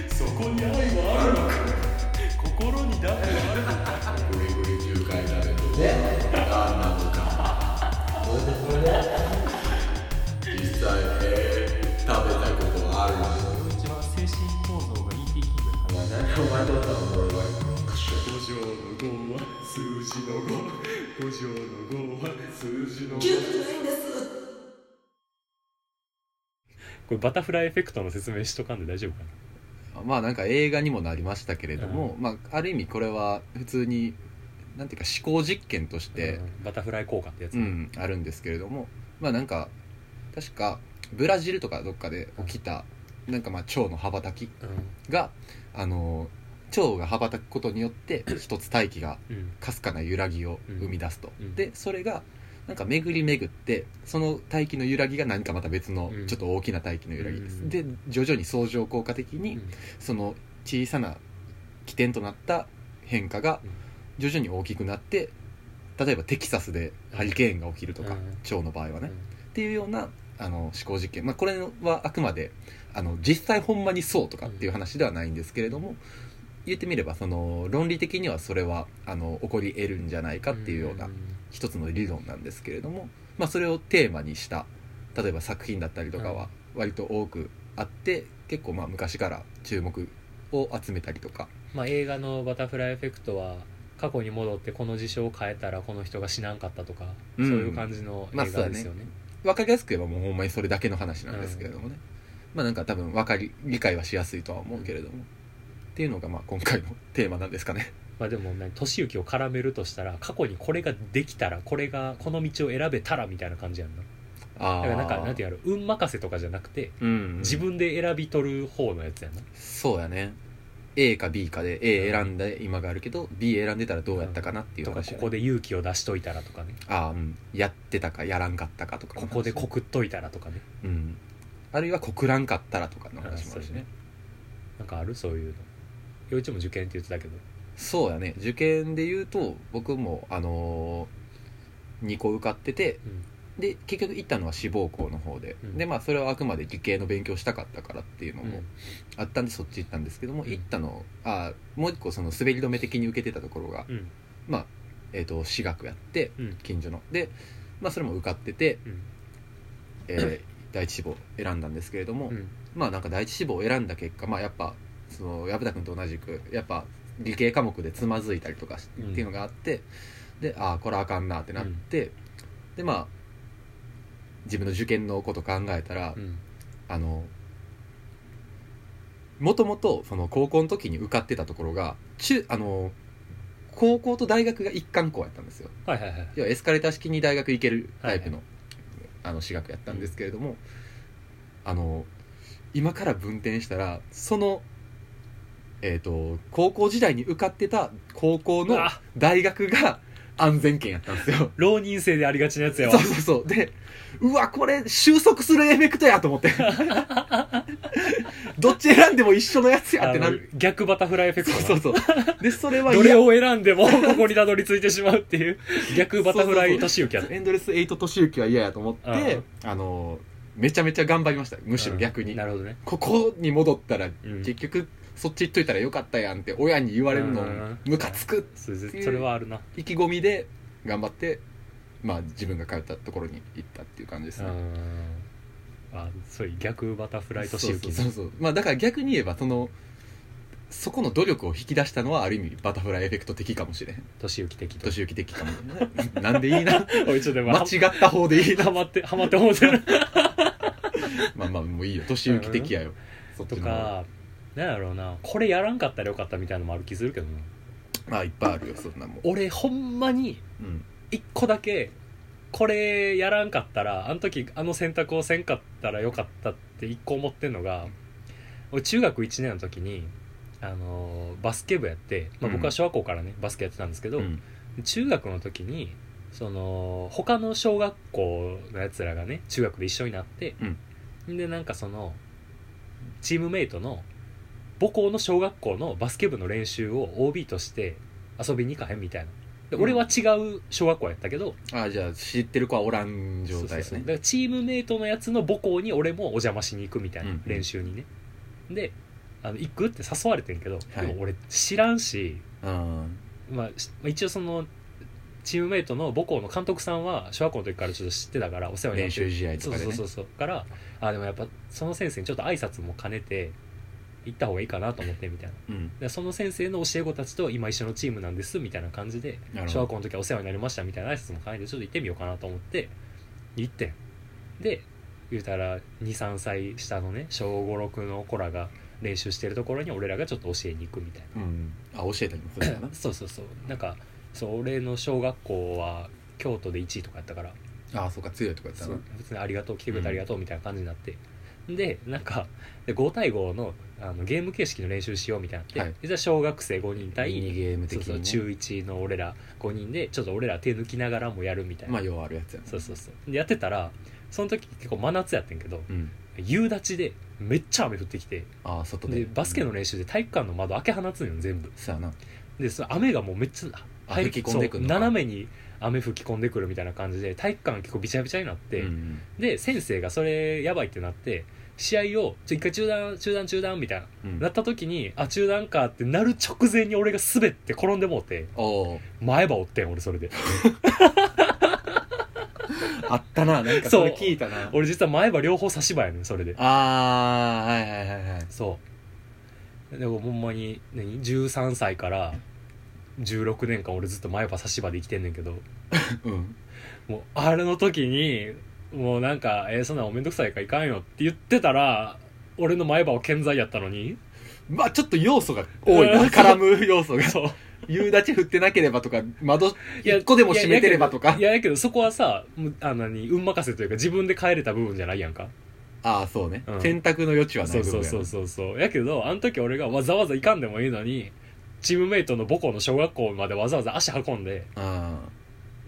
Speaker 3: れそこに愛はあるのか心に誰があるのかグリグリ9回食べてね何なのかそれでそれで実際、えー、食べたことあるの一番精神構造が ET 気分かな何お前どうだろう俺は五条の五は数字の五五条の五は数字の五
Speaker 1: これバタフライエフェクトの説明しとかんで大丈夫かな
Speaker 2: まあなんか映画にもなりましたけれども、まあある意味これは普通になんていうか思考実験として
Speaker 1: う、んバタフライ効果ってやつ
Speaker 2: う、んあるんですけれどもまあなんか確かブラジルとかどっかで起きたなんかまあ蝶の羽ばたき
Speaker 1: うん
Speaker 2: があの蝶が羽ばたくことによ
Speaker 1: (coughs)
Speaker 2: って一つ大気が
Speaker 1: うん
Speaker 2: かすかな揺らぎを生み出すと、
Speaker 1: うんうん
Speaker 2: でそれがなんか巡り巡ってその大気の揺らぎが何かまた別の
Speaker 1: うん
Speaker 2: ちょっと大きな大気の揺らぎです、
Speaker 1: うん
Speaker 2: で徐々に相乗効果的に、
Speaker 1: うん
Speaker 2: その小さな起点となった変化が
Speaker 1: うん
Speaker 2: 徐々に大きくなって例えばテキサスでハリケーンが起きるとか、
Speaker 1: うん
Speaker 2: 蝶の場合はね、
Speaker 1: うん
Speaker 2: っていうようなあの思考実験、まあ、これはあくまであの実際ほんまにそうとかっていう話ではないんですけれども、言ってみればその論理的にはそれはあの起こり得るんじゃないかっていうような一つの理論なんですけれども、まあ、それをテーマにした例えば作品だったりとかは割と多くあって、結構まあ昔から注目を集めたりとか
Speaker 1: まあ、映画のバタフライエフェクトは過去に戻ってこの事象を変えたらこの人が死なんかったとか、
Speaker 2: うん
Speaker 1: そういう感じの映
Speaker 2: まあ
Speaker 1: 画
Speaker 2: そうだね
Speaker 1: ですよね,、
Speaker 2: 分かりやすく言えばもうほんまにそれだけの話なんですけれどもね、まあなんか多分分かり理解はしやすいとは思うけれども、っていうのがまあ今回のテーマなんですかね。
Speaker 1: まあ、でもね年行きを絡めるとしたら過去にこれができたらこれがこの道を選べたらみたいな感じやんな
Speaker 2: あ
Speaker 1: だからなんかなんてやろ運任せとかじゃなくて
Speaker 2: うんうん
Speaker 1: 自分で選び取る方のやつやな、
Speaker 2: そうやね A か B かで A 選んで今があるけど B 選んでたらどうやったかなっていう
Speaker 1: とか
Speaker 2: 話、
Speaker 1: ここで勇気を出しといたらとかね
Speaker 2: ああ、うん、やってたかやらんかったかとかの
Speaker 1: こ
Speaker 2: 話
Speaker 1: こで告っといたらとかね
Speaker 2: うん、あるいは告らんかったらとかの話もあ
Speaker 1: そう
Speaker 2: るし
Speaker 1: ね
Speaker 2: ね
Speaker 1: なんかあるそういうの陽一も受験って言ってたけど
Speaker 2: そうやね受験で言うと僕もあのー、2個受かってて
Speaker 1: うん
Speaker 2: で結局行ったのは志望校の方で、
Speaker 1: うん
Speaker 2: でまあそれはあくまで理系の勉強したかったからっていうのもあったんでそっち行ったんですけども、
Speaker 1: うん
Speaker 2: 行ったのあーもう一個その滑り止め的に受けてたところが、
Speaker 1: うん
Speaker 2: まあえっ、と私学やって
Speaker 1: うん
Speaker 2: 近所のでまあそれも受かってて、
Speaker 1: うん
Speaker 2: えー
Speaker 1: (coughs)
Speaker 2: 第一志望選んだんですけれども、
Speaker 1: うん
Speaker 2: まあなんか第一志望を選んだ結果まあやっぱその薮田君と同じくやっぱ理系科目でつまずいたりとかし
Speaker 1: うん
Speaker 2: っていうのがあって、でああこれあかんなってなって、でまあ自分の受験のこと考えたら、
Speaker 1: うん
Speaker 2: あのもともとその高校の時に受かってたところが中あの高校と大学が一貫校やったんですよ
Speaker 1: はいはいはい
Speaker 2: 要はエスカレーター式に大学行けるタイプの,、あの私学やったんですけれども、あの今から分転したらその、えー、と高校時代に受かってた高校
Speaker 1: う
Speaker 2: の
Speaker 1: わ
Speaker 2: 大学が安全圏やったんで
Speaker 1: (laughs)
Speaker 2: すよ
Speaker 1: 浪人生でありがちなやつや
Speaker 2: そう
Speaker 1: わ
Speaker 2: そうそうでうわこれ収束するエフェクトやと思って
Speaker 1: (laughs)
Speaker 2: どっち選んでも一緒のやつやってな
Speaker 1: あの
Speaker 2: る
Speaker 1: 逆バタフライエフェクト
Speaker 2: そう
Speaker 1: な
Speaker 2: そうそうでそれは
Speaker 1: どれ
Speaker 2: 嫌
Speaker 1: を選んでも (laughs) ここにたどり着いてしまうっていう逆バタフライ年行きやった
Speaker 2: エンドレスエイト年行きは嫌やと思ってあのめちゃめちゃ頑張りましたむしろ逆に、
Speaker 1: なるほどね
Speaker 2: ここに戻ったら
Speaker 1: うん
Speaker 2: 結局そっち行っといたらよかったやんって親に言われるの
Speaker 1: うん
Speaker 2: ムカつく
Speaker 1: それそれはあるな
Speaker 2: 意気込みで頑張ってまあ自分が通ったところに行ったっていう感じです
Speaker 1: う
Speaker 2: ね
Speaker 1: んあそういう逆バタフライ年行き
Speaker 2: そうそうそうそうまあだから逆に言えばそのそこの努力を引き出したのはある意味バタフライエフェクト的かもしれん
Speaker 1: 年行き的
Speaker 2: 年行き的かもしれん (laughs) なんでいい
Speaker 1: (laughs)
Speaker 2: な
Speaker 1: おいちょっと
Speaker 2: 間
Speaker 1: 待
Speaker 2: 違った方でいいな
Speaker 1: ハマってハマって思って
Speaker 2: (laughs)
Speaker 1: る
Speaker 2: まあまあもういいよ年行き的やよそっち
Speaker 1: と
Speaker 2: の方が
Speaker 1: かなんやろうなこれやらんかったらよかったみたいなのもある気するけどな
Speaker 2: まあいっぱいあるよそんなもん、
Speaker 1: 俺ほんまに
Speaker 2: うん、
Speaker 1: 一個だけこれやらんかったらあの時あの選択をせんかったらよかったって一個思ってんのが俺中学1年の時にあのーバスケ部やって、まあ、僕は小学校からね、バスケやってたんですけど、
Speaker 2: うん
Speaker 1: 中学の時にその他の小学校のやつらがね中学で一緒になって、でなんかそのチームメイトの母校の小学校のバスケ部の練習を OB として遊びに行かへんみたいなで
Speaker 2: うん
Speaker 1: 俺は違う小学校やったけど、
Speaker 2: ああじゃあ知ってる子はおらん状態です
Speaker 1: そうそうそう
Speaker 2: ね
Speaker 1: だからチームメイトのやつの母校に俺もお邪魔しに行くみたいな、
Speaker 2: うん
Speaker 1: 練習にねであの行くって誘われてんけど、
Speaker 2: はい
Speaker 1: でも俺知らんし
Speaker 2: うん
Speaker 1: まあし、一応そのチームメイトの母校の監督さんは小学校の時からちょっと知ってたからお世話にな
Speaker 2: 練
Speaker 1: ってる
Speaker 2: 習試合
Speaker 1: そ
Speaker 2: と
Speaker 1: う
Speaker 2: かで
Speaker 1: そう
Speaker 2: ね
Speaker 1: そうそうからあでもやっぱその先生にちょっと挨拶も兼ねて行った方がいいかなと思ってみたいな
Speaker 2: うん
Speaker 1: でその先生の教え子たちと今一緒のチームなんですみたいな感じで
Speaker 2: なる
Speaker 1: 小
Speaker 2: ほ
Speaker 1: 学
Speaker 2: ど
Speaker 1: 校の時はお世話になりましたみたいな挨拶も兼ねてちょっと行ってみようかなと思って行ってんで言うたら23歳下のね小56の子らが練習してるところに俺らがちょっと教えに行くみたいな。
Speaker 2: うんあ教えたりもするかな
Speaker 1: そうそうそうなんかそう俺の小学校は京都で1位とかやったから (coughs)
Speaker 2: ああそうか強いとかやった
Speaker 1: そ
Speaker 2: な
Speaker 1: う普通に「ありがとう来てくれてありがとう」みたいな感じになって、でなんかで5対5のあのゲーム形式の練習しようみたいになって、
Speaker 2: はい
Speaker 1: でじゃあ小学生5人対
Speaker 2: ミニゲーム
Speaker 1: そう
Speaker 2: 的
Speaker 1: そ
Speaker 2: に
Speaker 1: う
Speaker 2: ね
Speaker 1: 中1の俺ら5人でちょっと俺ら手抜きながらもやるみたいな、
Speaker 2: まあ要はあるやつやな
Speaker 1: そうそうそうでやってたらその時結構真夏やってんけど
Speaker 2: うん
Speaker 1: 夕立ちでめっちゃ雨降ってきて
Speaker 2: ああ外で
Speaker 1: でバスケの練習で体育館の窓開け放つんよ全部
Speaker 2: そうやな
Speaker 1: でその雨がもうめっちゃ
Speaker 2: あ
Speaker 1: 入り
Speaker 2: 吹き込んでくんの
Speaker 1: そう
Speaker 2: か
Speaker 1: 斜めに雨吹き込んでくるみたいな感じで体育館が結構びちゃびちゃになって、
Speaker 2: うん
Speaker 1: で先生がそれやばいってなって試合をちょ一回中断中断中断みたいな、
Speaker 2: うん
Speaker 1: なった時にあ中断かってなる直前に俺が滑って転んでもうて
Speaker 2: おー
Speaker 1: 前歯折ってん俺それで
Speaker 2: あったなな
Speaker 1: (laughs)
Speaker 2: んかそれ聞いたな
Speaker 1: 俺実は前歯両方差し歯やねんそれで
Speaker 2: ああはいはいはいはい
Speaker 1: そうでもほんまに何13歳から16年間俺ずっと前歯差し歯で生きてんねんけど
Speaker 2: うん
Speaker 1: もうあれの時にもうなんか「えーそんなんおめんどくさいからいかんよ」って言ってたら俺の前歯は健在やったの
Speaker 2: (laughs)
Speaker 1: に
Speaker 2: まあちょっと要素が多いな絡む要素が (laughs)
Speaker 1: そう
Speaker 2: 夕立ち振ってなければとか窓
Speaker 1: いや
Speaker 2: 一個でも閉めてればとか
Speaker 1: いややけどそこはさもうあの何運任せというか自分で帰れた部分じゃないやんか
Speaker 2: ああそうね
Speaker 1: うん
Speaker 2: 選択の余地はな
Speaker 1: そ
Speaker 2: いう部
Speaker 1: そ
Speaker 2: 分
Speaker 1: う
Speaker 2: や
Speaker 1: そ
Speaker 2: な
Speaker 1: うそうそうやけどあの時俺がわざわざ行かんでもいいのにチームメイトの母校の小学校までわざわざ足運んで
Speaker 2: うん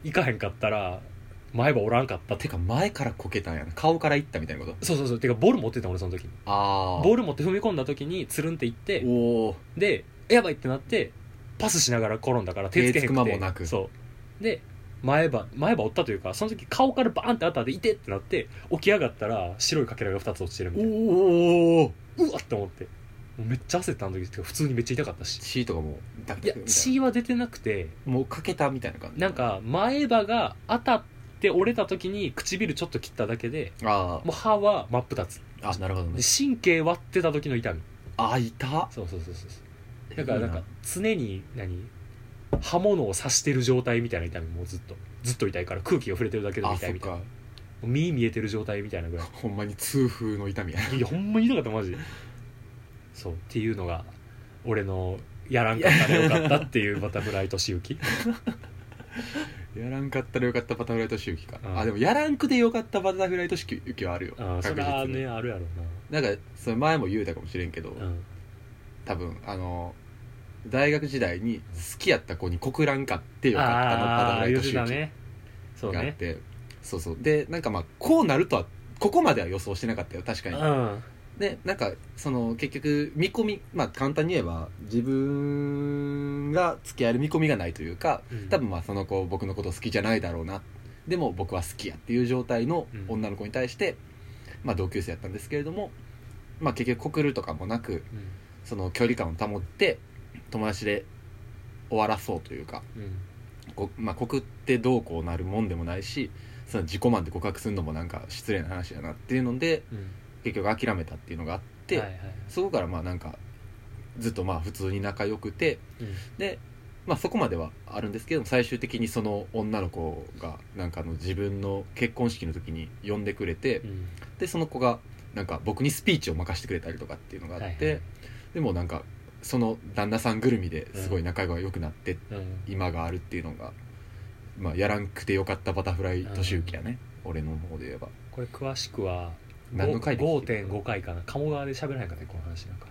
Speaker 1: 行かへんかったら前歯おらんかったって
Speaker 2: てか前からこけたんやな顔からいったみたいなこと
Speaker 1: そうそうそうてかボール持ってた俺その時
Speaker 2: ああ
Speaker 1: ボール持って踏み込んだ時につるんっていって
Speaker 2: おお
Speaker 1: でやばいってなってパスしながら転んだから手つけへんくて
Speaker 2: 手つく間もなく
Speaker 1: そうで前歯前歯折ったというかその時顔からバーンって当たっていてってなって起き上がったら白いかけらが2つ落ちてるみたいな
Speaker 2: おお
Speaker 1: うわっって思ってもうめっちゃ焦ったあの時ってか普通にめっちゃ痛かったし
Speaker 2: 血とかもうダ
Speaker 1: い
Speaker 2: クダ
Speaker 1: や
Speaker 2: クみたい
Speaker 1: 血は出てなくて
Speaker 2: なもうかけたみたいな感じ
Speaker 1: なんか前歯が当たって折れた時に唇ちょっと切っただけで
Speaker 2: あ
Speaker 1: もう歯は真っ二つ
Speaker 2: ああなるほど
Speaker 1: で
Speaker 2: ね
Speaker 1: 神経割ってた時の痛み
Speaker 2: あいた
Speaker 1: そうそうそうそうそうだからなんか常に何刃物を刺してる状態みたいな痛みもうずっとずっと痛いから空気が触れてるだけでも
Speaker 2: あ
Speaker 1: 痛
Speaker 2: そ
Speaker 1: い
Speaker 2: っ
Speaker 1: みたいな
Speaker 2: か
Speaker 1: 身見えてる状態みたいなぐらい
Speaker 2: ほんまに痛風の痛みや
Speaker 1: いやほんまに痛かったマジでそうっていうのが俺のやらんかったらよかったっていうバタフライ俊
Speaker 2: (laughs)
Speaker 1: 之
Speaker 2: やらんかったらよかったバタフライと周期か、
Speaker 1: うん
Speaker 2: あでもやらんくてよかったバタフライと周期はあるよ
Speaker 1: あーそれはねあるやろ
Speaker 2: なんかそれ前も言うたかもしれんけど、
Speaker 1: うなうん
Speaker 2: 多分あの大学時代に好きやった子に告らんかってよかったのバタ
Speaker 1: ああ
Speaker 2: フラ
Speaker 1: ー
Speaker 2: イ
Speaker 1: 言
Speaker 2: と
Speaker 1: って
Speaker 2: 周期
Speaker 1: たねそう
Speaker 2: があっ
Speaker 1: ね
Speaker 2: て、そうそうでなんかまあこうなるとはここまでは予想してなかったよ確か
Speaker 1: う
Speaker 2: に、
Speaker 1: ん
Speaker 2: でなんかその結局見込みまあ簡単に言えば自分が付き合える見込みがないというか
Speaker 1: うん
Speaker 2: 多分まあその子僕のこと好きじゃないだろうなでも僕は好きやっていう状態の
Speaker 1: うん
Speaker 2: 女の子に対して、まあ同級生やったんですけれどもまあ結局告るとかもなく
Speaker 1: う
Speaker 2: その距離感を保って友達で終わらそうというか
Speaker 1: んうん
Speaker 2: こまあ、告ってどうこうなるもんでもないしその自己満で告白するのもなんか失礼な話やなっていうので
Speaker 1: うん
Speaker 2: 結局諦めたっていうのがあって、
Speaker 1: はいはい
Speaker 2: そこからまあなんかずっとまあ普通に仲良くて
Speaker 1: うん
Speaker 2: で、まあ、そこまではあるんですけど最終的にその女の子がなんかあの自分の結婚式の時に呼んでくれて
Speaker 1: うん
Speaker 2: でその子がなんか僕にスピーチを任せてくれたりとかっていうのがあって、
Speaker 1: はいはい
Speaker 2: でもなんかその旦那さんぐるみですごい仲が良くなって
Speaker 1: うん
Speaker 2: 今があるっていうのが、まあ、やらんくてよかったバタフライと周期やね、俺の方で言えば
Speaker 1: これ詳しくは
Speaker 2: 何の回で聞いて
Speaker 1: 5.5回かな鴨川で喋らへんかったねこの話なんか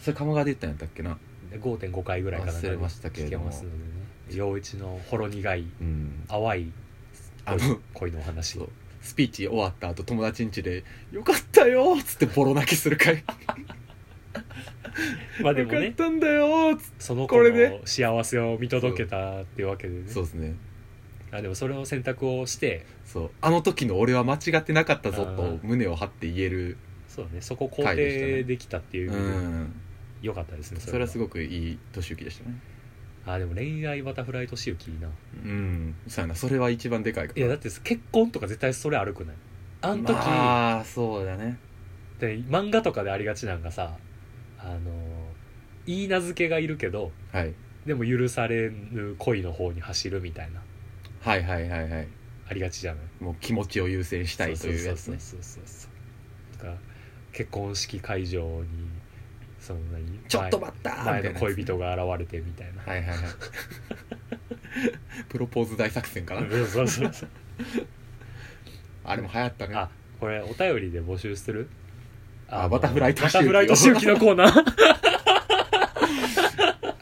Speaker 2: それ鴨川で言ったんやったっけな
Speaker 1: で5.5回ぐらいかな
Speaker 2: 忘れましたけれど
Speaker 1: 聞
Speaker 2: も
Speaker 1: けますのでね陽一のほろ苦い
Speaker 2: うん
Speaker 1: 淡い
Speaker 2: あの
Speaker 1: 恋のお話
Speaker 2: そうスピーチ終わった後友達ん家で「よかったよ」っつってボロ泣きする回
Speaker 1: (laughs) まあで
Speaker 2: よ
Speaker 1: も
Speaker 2: かっ
Speaker 1: ね
Speaker 2: たんだよっつっ
Speaker 1: その子
Speaker 2: これで
Speaker 1: の幸せを見届けたっていうわけで
Speaker 2: て
Speaker 1: ね
Speaker 2: そうですね
Speaker 1: あでもそれを選択をして
Speaker 2: そうあの時の俺は間違ってなかったぞ
Speaker 1: あ
Speaker 2: と
Speaker 1: ー
Speaker 2: 胸を張って言える
Speaker 1: そうだねそこを肯
Speaker 2: 回でしたね
Speaker 1: 定できたっていうう意味で
Speaker 2: ん
Speaker 1: 良かったですね
Speaker 2: それはす
Speaker 1: ごい
Speaker 2: ごくいい年行きでしたね
Speaker 1: あでも恋愛バタフライとしゆきいいな
Speaker 2: うんそうやなそれは一番でかいか
Speaker 1: いやだって結婚とか絶対それあるくないあ
Speaker 2: あ
Speaker 1: ん時、
Speaker 2: まあそうだね
Speaker 1: で漫画とかでありがちなんかさあのいい名付けがいるけど
Speaker 2: はい
Speaker 1: でも許されぬ恋の方に走るみたいな
Speaker 2: はいはいはいはい
Speaker 1: ありがちじゃない
Speaker 2: もう気持ちを優先したいというやつ
Speaker 1: そう
Speaker 2: ね
Speaker 1: そうそうそうそうだから結婚式会場にその何
Speaker 2: ちょっと待った
Speaker 1: 前前の
Speaker 2: みたいなやつね
Speaker 1: 恋人が現れてみたいな
Speaker 2: はいはいはい (laughs) プロポーズ大作戦かな
Speaker 1: そうそうそうそう
Speaker 2: あれも流行ったね
Speaker 1: (laughs) あこれお便りで募集する
Speaker 2: あ
Speaker 1: の
Speaker 2: バタフライと
Speaker 1: バタフライと周期の
Speaker 2: (laughs)
Speaker 1: コーナー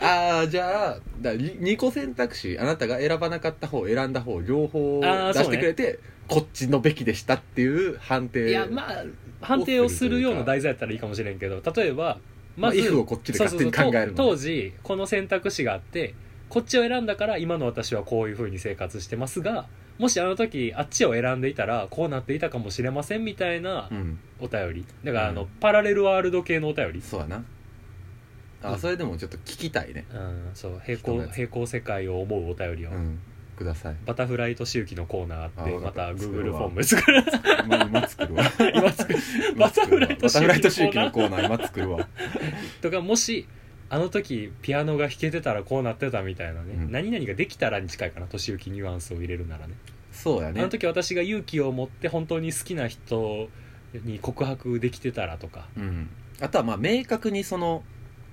Speaker 2: あーじゃあだ2個選択肢あなたが選ばなかった方選んだ方両方
Speaker 1: あー
Speaker 2: 出
Speaker 1: そうね
Speaker 2: してくれて、こっちのべきでしたっていう判定
Speaker 1: いやまあ判定をするような題材やったらいいかもしれんけど例えばま
Speaker 2: まあ
Speaker 1: ず、
Speaker 2: if をこっちで勝手に考えるの
Speaker 1: そうそうそ
Speaker 2: ね
Speaker 1: うと当時この選択肢があってこっちを選んだから今の私はこういうふうに生活してますがもしあの時あっちを選んでいたらこうなっていたかもしれませんみたいな
Speaker 2: うん
Speaker 1: お便りだからあの、
Speaker 2: うん
Speaker 1: パラレルワールド系のお便り、
Speaker 2: そうやなあ、
Speaker 1: うん
Speaker 2: それでもちょっと聞きたいね
Speaker 1: うん、そう平
Speaker 2: 人の
Speaker 1: 行
Speaker 2: やつ
Speaker 1: 平行世界を思うお便りを、
Speaker 2: うんください
Speaker 1: バタフライと周期のコーナーあ
Speaker 2: あ
Speaker 1: っ
Speaker 2: わ
Speaker 1: て
Speaker 2: か
Speaker 1: ま
Speaker 2: った
Speaker 1: た Google
Speaker 2: 作る
Speaker 1: フォ
Speaker 2: わ
Speaker 1: ーム作る
Speaker 2: 今今作るわ
Speaker 1: 今作る
Speaker 2: 今
Speaker 1: バタ
Speaker 2: 作
Speaker 1: フ
Speaker 2: るわ
Speaker 1: ライと周期のコーナー
Speaker 2: 期のコーナー今作るわ
Speaker 1: とかもしあの時ピアノが弾けてたらこうなってたみたいなね、
Speaker 2: うん
Speaker 1: 何々ができたらに近いかな年行きニュアンスを入れるならね
Speaker 2: そうや
Speaker 1: あ
Speaker 2: ね
Speaker 1: の時私が勇気を持って本当に好きな人に告白できてたらとか
Speaker 2: うんあとはまあ明確にその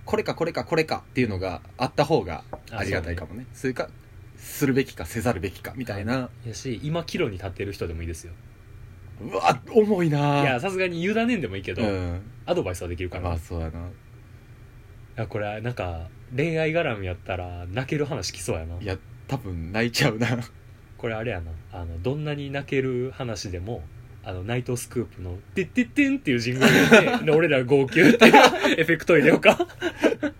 Speaker 2: これかこれかこれかっていうのがあった方がありがたいかもねそれかするべきかせざるべきかみたいな、
Speaker 1: やし今岐路に立ってる人でもいいですよ
Speaker 2: うわ重い
Speaker 1: い
Speaker 2: な
Speaker 1: やさすがに委ねんでもいいけど、
Speaker 2: うん
Speaker 1: アドバイスはできるから、
Speaker 2: まあ
Speaker 1: い
Speaker 2: そうやな
Speaker 1: やこれなんか恋愛絡みやったら泣ける話きそうやない
Speaker 2: や多分泣いちゃう (laughs) な
Speaker 1: これあれやなあのどんなに泣ける話でもあのナイトスクープの「てってってん」っていうジングルでで俺ら号泣っていうエフェクト入れようか
Speaker 2: トゥットゥ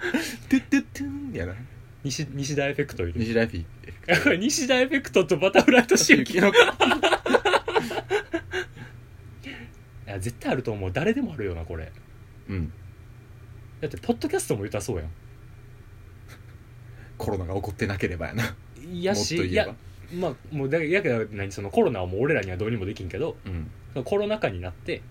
Speaker 2: ットゥンやな
Speaker 1: 西西田エフェクトいる
Speaker 2: 西ライフィ
Speaker 1: これ西田エフェクトとバタフライと周
Speaker 2: (laughs)
Speaker 1: 期い
Speaker 2: の
Speaker 1: や絶対あると思う誰でもあるよなこれ
Speaker 2: うん
Speaker 1: だってポッドキャストも言ったらそうや
Speaker 2: コロナが起こってなければやなん
Speaker 1: いや
Speaker 2: もっと
Speaker 1: し
Speaker 2: 言
Speaker 1: い
Speaker 2: えば
Speaker 1: やまあもうだやけど何そのコロナはもう俺らにはどうにもできんけど
Speaker 2: うん
Speaker 1: そのコロナ禍になって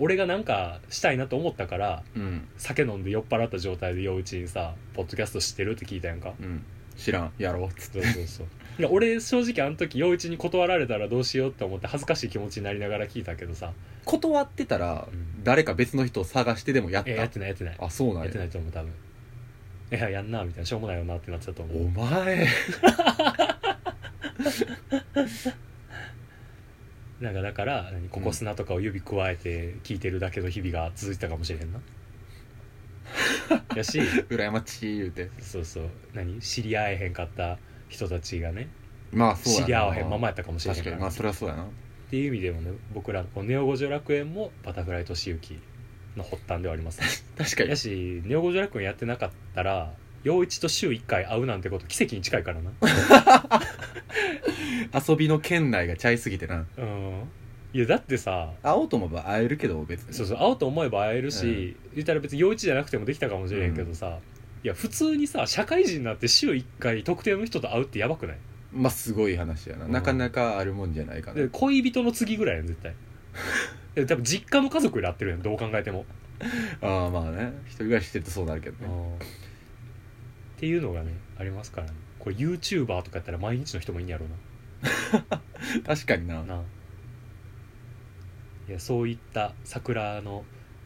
Speaker 1: 俺がなんかしたいなと思ったから
Speaker 2: うん
Speaker 1: 酒飲んで酔っ払った状態で陽一にさ「ポッドキャスト知ってる?」って聞いたやんか
Speaker 2: うん知らんやろうっつっ
Speaker 1: (laughs)
Speaker 2: て
Speaker 1: そうそうそうら俺正直あの時陽一に断られたらどうしようって思って恥ずかしい気持ちになりながら聞いたけどさ
Speaker 2: 断ってたら
Speaker 1: うん
Speaker 2: 誰か別の人を探してでもやっ
Speaker 1: いややったてないやってない
Speaker 2: あそうなん
Speaker 1: やってな
Speaker 2: や
Speaker 1: いと思う多分いややんなみたいなしょうもないよなってなっちゃうと思
Speaker 2: お
Speaker 1: う
Speaker 2: 前 (laughs)
Speaker 1: なんかだから何ここ砂とかを指加えて聞いてるだけの日々が続いてたかもしれへん
Speaker 2: (laughs)
Speaker 1: なやし
Speaker 2: 羨ましい言うて
Speaker 1: そうそう何知り合えへんかった人たちがね
Speaker 2: まあそうやな
Speaker 1: 知り合わへんままやったかもしれへん
Speaker 2: 確かにまあそれはそうやな
Speaker 1: っていう意味でもね僕らこうネオ五条楽園もバタフライとしゆきの発端ではありますね
Speaker 2: 確かに
Speaker 1: やしネオ五条楽園やってなかったら陽一と週1回会うなんてこと奇跡に近いからな
Speaker 2: 遊びの圏内がちゃいすぎてな
Speaker 1: うんいやだってさ
Speaker 2: 会おうと思えば会えるけど別に
Speaker 1: そうそう会おうと思えば会えるし、言ったら別に陽一じゃなくてもできたかもしれへんけどさ、いや普通にさ社会人になって週1回特定の人と会うってやばくない
Speaker 2: まあすごい話やな、
Speaker 1: うん
Speaker 2: なかなかあるもんじゃないかな
Speaker 1: で恋人の次ぐらいやん絶対いや多分実家の家族より会ってるやんどう考えても
Speaker 2: ああまあね一人暮らししてるとそうなるけどね
Speaker 1: っていうのがねありますからねこれ YouTuber とかやったら毎日の人もいいんやろう
Speaker 2: 確かにな
Speaker 1: なないやそういった桜の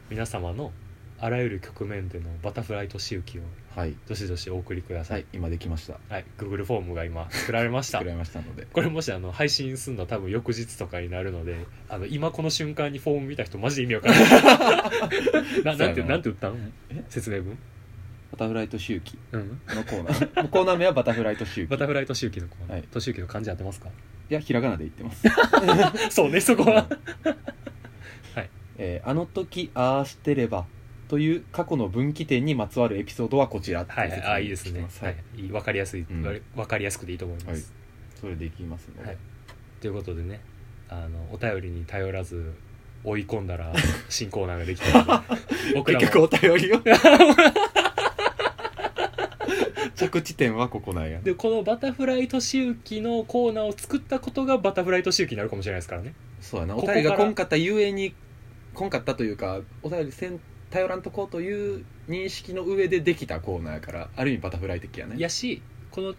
Speaker 1: 皆様のあらゆる局面でのバタフライとしゆきを
Speaker 2: はい
Speaker 1: どしどしお送りくださ
Speaker 2: はいい、今できました
Speaker 1: はい、Google フォームが今作られました (laughs)
Speaker 2: 作られましたので
Speaker 1: これもしあの配信するのは多分翌日とかになるのであの今この瞬間にフォーム見た人マジで意味わかん (laughs) ないななんてなんて打ったん
Speaker 2: え
Speaker 1: 説明文
Speaker 2: バタフライと周期
Speaker 1: うん
Speaker 2: のコーナー (laughs) コーナー名はバタフライと周期
Speaker 1: バ
Speaker 2: い
Speaker 1: タフライとしゆきのコーナー
Speaker 2: はい
Speaker 1: としゆきの漢字合ってますか
Speaker 2: やひらがなで言ってます
Speaker 1: そうねそこは
Speaker 2: えーあの時ああしてればという過去の分岐点にまつわるエピソードはこちら
Speaker 1: はい、はい、あいいです
Speaker 2: と
Speaker 1: ね
Speaker 2: う説明をして
Speaker 1: は
Speaker 2: ま
Speaker 1: いいいわかりやすい、
Speaker 2: うん
Speaker 1: わわかりやすくていいと思います、
Speaker 2: それでいきますので、
Speaker 1: はいということでねあのお便りに頼らず追い込んだ
Speaker 2: (laughs)
Speaker 1: ら新コーナーができたので僕ら
Speaker 2: 結局
Speaker 1: も (laughs)
Speaker 2: お便りを着地点はここなんや
Speaker 1: でこのバタフライとしゆきのコーナーを作ったことがバタフライとしゆきになるかもしれないですからね
Speaker 2: そうやな
Speaker 1: こ
Speaker 2: お
Speaker 1: こか
Speaker 2: 便
Speaker 1: ら
Speaker 2: りがこんかったゆえにこんかったというかお便りせん頼らんとこうという認識の上でできたコーナーやからある意味バタフライ的やね
Speaker 1: やしこの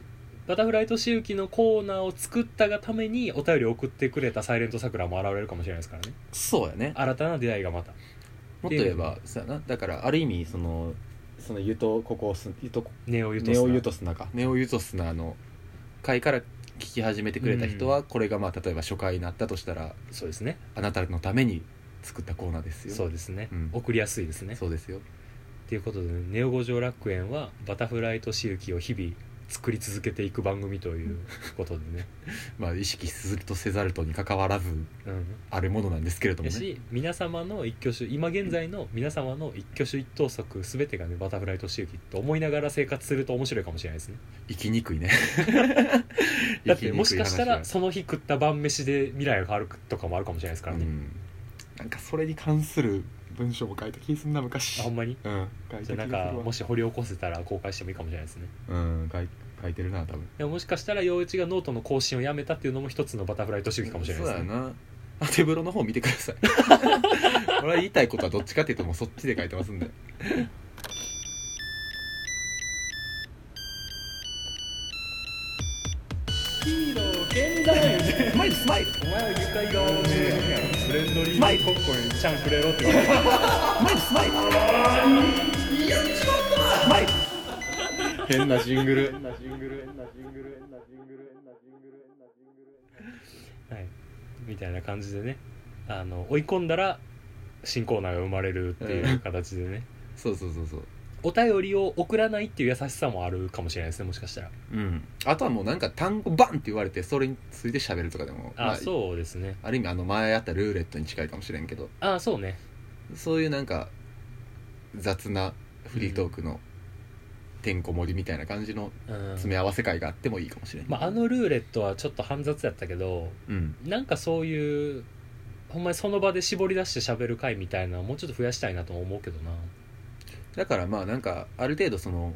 Speaker 1: バタフライとしゆきのコーナーを作ったがためにお便りを送ってくれたサイレントさくらも現れるかもしれないですからね
Speaker 2: そうやね
Speaker 1: 新たな出会いがまた
Speaker 2: もっと言えばそうやなだからある意味そのそのゆとここすゆと
Speaker 1: ネオユト
Speaker 2: ネ
Speaker 1: ス
Speaker 2: オユトスナかネオユトスナの回から聞き始めてくれた人は、これがまあ例えば初回になったとしたら
Speaker 1: そうですね
Speaker 2: あなたのために作ったコーナーですよ
Speaker 1: そうですね、
Speaker 2: うん
Speaker 1: 送りやすいですね
Speaker 2: そうですよ
Speaker 1: ということで、ね、ネオ五条楽園はバタフライとしゆきを日々作り続けていく番組ということで (laughs) ね、
Speaker 2: まあ意識するとせざるとに関わらず
Speaker 1: うん、
Speaker 2: あるものなんですけれども
Speaker 1: や
Speaker 2: ね
Speaker 1: し皆様の一挙手今現在の皆様の一挙手一投足全てがねバタフライとしゆきと思いながら生活すると面白いかもしれないですね
Speaker 2: 生きにくい (laughs) ね
Speaker 1: だってもしかしたら
Speaker 2: 生き
Speaker 1: その日食った晩飯で未来が変わるとかもあるかもしれないですから
Speaker 2: にくい
Speaker 1: ね、
Speaker 2: 話やうんなんかそれに関する文章も書いた気すんな昔
Speaker 1: あほんまに
Speaker 2: うん書い
Speaker 1: じゃ
Speaker 2: た
Speaker 1: あ
Speaker 2: 気
Speaker 1: な
Speaker 2: が
Speaker 1: ん
Speaker 2: するわ
Speaker 1: かもし掘り起こせたら公開してもいいかもしれないですね
Speaker 2: うん書い書いてるな多分
Speaker 1: でももしかしたら陽一がノートの更新をやめたっていうのも一つのバタフライとしゆきかもしれないです
Speaker 2: そう
Speaker 1: ね
Speaker 2: やなあ手風呂の方見てくだ
Speaker 1: (laughs)
Speaker 2: さい俺は言いたいことはどっちかっていうともうそっちで書いてますんでスマイルスマイル
Speaker 1: お前は愉快顔でフレンドリーにコッコにちゃんくれろって言われて
Speaker 2: スマイルスマイル変なジングル
Speaker 1: はい、みたいな感じでねあの追い込んだら新コーナーが生まれるっていう形でね、
Speaker 2: そうそうそうそう
Speaker 1: お便りを送らないっていう優しさもあるかもしれないですねもしかしたら
Speaker 2: うんあとはもうなんか単語バンって言われてそれについて喋るとかでも
Speaker 1: あ、
Speaker 2: まあ
Speaker 1: そうですね
Speaker 2: ある意味あの前あったルーレットに近いかもしれんけど
Speaker 1: あそうね
Speaker 2: そういうなんか雑なフリートークのてんこ盛りみたいな感じの
Speaker 1: うん
Speaker 2: 詰め合わせ会があってもいいかもしれない、
Speaker 1: まあ、あのルーレットはちょっと煩雑やったけど
Speaker 2: うん
Speaker 1: なんかそういうほんまにその場で絞り出して喋る回みたいなのをもうちょっと増やしたいなとも思うけどな
Speaker 2: だからまあなんかある程度その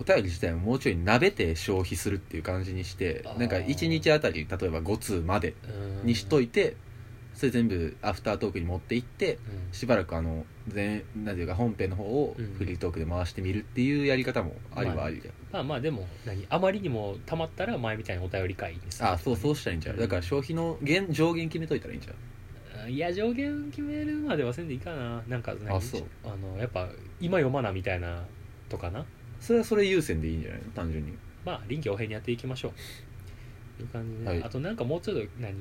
Speaker 2: お便り自体をもうちょいなべて消費するっていう感じにして
Speaker 1: あー
Speaker 2: なんか1日あたり例えば5通まで
Speaker 1: うん
Speaker 2: にしといて、それ全部アフタートークに持っていってしばらくあの前なんていうか本編の方を
Speaker 1: うん
Speaker 2: フリートークで回してみるっていうやり方もありはありで、
Speaker 1: まあまあでも何あまりにもたまったら前みたいにお便り会にする
Speaker 2: あそうそうしたらいいんちゃうだから消費の限上限決めといたらいいんちゃう
Speaker 1: あいや上限決めるまではせんでいいかななんか何
Speaker 2: あそう
Speaker 1: あのやっぱ今読まなみたいなとかな
Speaker 2: それはそれ優先でいいんじゃないの単純に
Speaker 1: まあ臨機応変にやっていきましょういう感じで、
Speaker 2: はい
Speaker 1: あとなんかもうちょっと何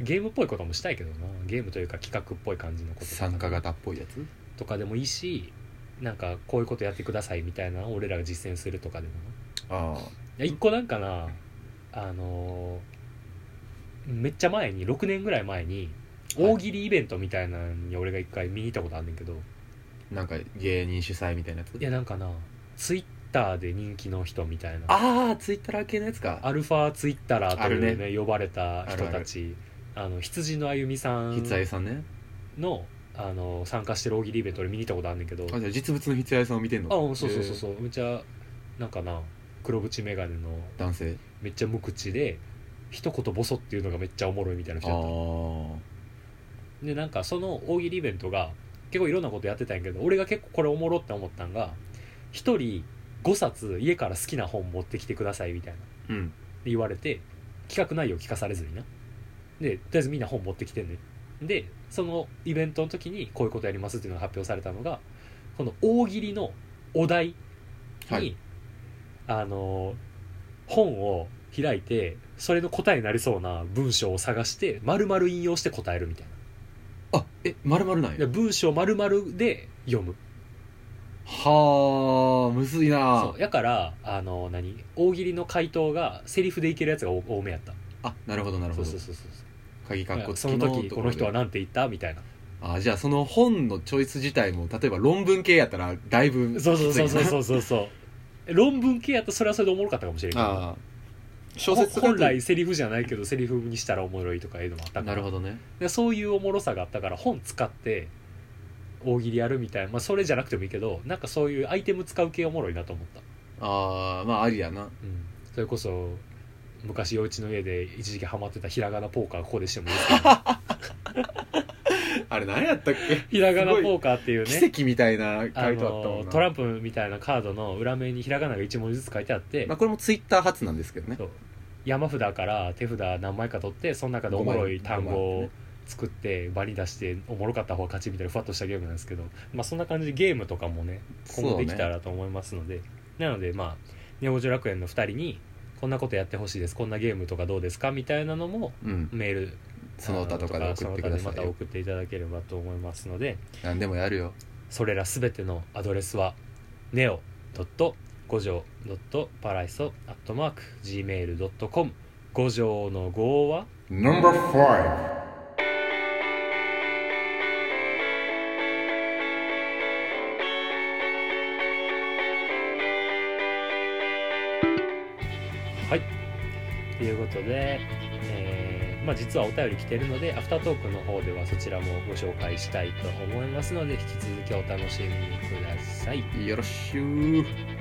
Speaker 1: ゲームっぽいこともしたいけどなゲームというか企画っぽい感じのこととか
Speaker 2: 参加型っぽいやつ
Speaker 1: とかでもいいしなんかこういうことやってくださいみたいなのを俺らが実践するとかでもな
Speaker 2: あ
Speaker 1: いや一個なんかなあのーめっちゃ前に6年ぐらい前に
Speaker 2: はい
Speaker 1: 大喜利イベントみたいなのに俺が一回見に行ったことあんねんけど、
Speaker 2: あなんか芸人主催みたいなやつ
Speaker 1: いやなんかなツイッターで人気の人みたいな
Speaker 2: ああツイッター系のやつか
Speaker 1: アルファツイッタラーとい
Speaker 2: あ
Speaker 1: う
Speaker 2: る
Speaker 1: ね呼ばれた人たちあの羊のあゆみさん
Speaker 2: 筆愛さんね
Speaker 1: のあの参加してる大喜利イベント俺見に行ったことあんねんけど
Speaker 2: あじゃあ実物の筆愛さんを見てんの
Speaker 1: あうんそうそうそうそうめっちゃなんかな黒縁眼鏡の
Speaker 2: えー男性
Speaker 1: めっちゃ無口で一言ボソっていうのがめっちゃおもろいみたいな
Speaker 2: あ
Speaker 1: 人
Speaker 2: あ
Speaker 1: やったでなんかその大喜利イベントが結構いろんなことやってたんやけど俺が結構これおもろって思ったんが一人5冊家から好きな本持ってきてくださいみたいなで
Speaker 2: うん
Speaker 1: 言われて企画内容聞かされずになでとりあえずみんな本持ってきてんねでそのイベントの時にこういうことやりますっていうのが発表されたのがこの大喜利のお題に、
Speaker 2: はい
Speaker 1: あの本を開いてそれの答えになりそうな文章を探して丸々引用して答えるみたいな
Speaker 2: あえまるまるなん
Speaker 1: で
Speaker 2: や
Speaker 1: 文章丸々で読む
Speaker 2: はあむずいな
Speaker 1: そうやからあの何大喜利の回答がセリフでいけるやつが多多めやった
Speaker 2: あなるほどなる
Speaker 1: そ
Speaker 2: ほ
Speaker 1: う
Speaker 2: ど
Speaker 1: そうそうそう
Speaker 2: 鍵かっ
Speaker 1: だか
Speaker 2: こ
Speaker 1: ら
Speaker 2: つ
Speaker 1: そ
Speaker 2: き
Speaker 1: の時
Speaker 2: と
Speaker 1: この
Speaker 2: ころで
Speaker 1: 人は何て言ったみたいな
Speaker 2: あじゃあその本のチョイス自体も例えば論文系やったらだいぶ
Speaker 1: そうそうそうそう (laughs)
Speaker 2: う
Speaker 1: そうそうそう論文系やったらそれはそれでおもろかったかもしれんけど
Speaker 2: ああ小説とか
Speaker 1: 本来セリフじゃないけどセリフにしたらおもろいとかいうのもあったから
Speaker 2: なるほどね
Speaker 1: でそういうおもろさがあったから本使って大喜利やるみたいな、まあ、それじゃなくてもいいけどなんかそういうアイテム使う系おもろいなと思った
Speaker 2: ああまあありやな
Speaker 1: うん、それこそ昔陽一の家で一時期ハマってたひらがなポーカーここでしてもいいです
Speaker 2: (laughs)
Speaker 1: か
Speaker 2: あれ何やったっけ
Speaker 1: ひらがなポーカーっていう
Speaker 2: (laughs) 奇
Speaker 1: ね
Speaker 2: 跡みたいな
Speaker 1: あ
Speaker 2: 回答あったもん
Speaker 1: の
Speaker 2: な
Speaker 1: トランプみたいなカードの裏面にひらがなが1文字ずつ書いてあって、
Speaker 2: まあこれもツイッター発なんですけどね
Speaker 1: そう山札から手札何枚か取ってその中でおもろい単語
Speaker 2: 五枚
Speaker 1: を作って場に出しておもろかった方が勝ちみたいなふわっとしたゲームなんですけど、まあ、そんな感じでゲームとかもね今後できたらと思いますので、なのでまあネオジョ楽園の2人にこんなことやってほしいですこんなゲームとかどうですかみたいなのも
Speaker 2: うん
Speaker 1: メール
Speaker 2: その他とかで送ってくだ
Speaker 1: その他でま
Speaker 2: さい
Speaker 1: た
Speaker 2: よ
Speaker 1: 送っていただければと思いますので
Speaker 2: 何でもやるよ
Speaker 1: それらすべてのアドレスは neo.5 条 .paraiso.gmail.com 五条の5は
Speaker 2: No.5
Speaker 1: はいということで、えーまあ、実はお便り来てるのでアフタートークの方ではそちらもご紹介したいと思いますので引き続きお楽しみください
Speaker 2: よろしゅう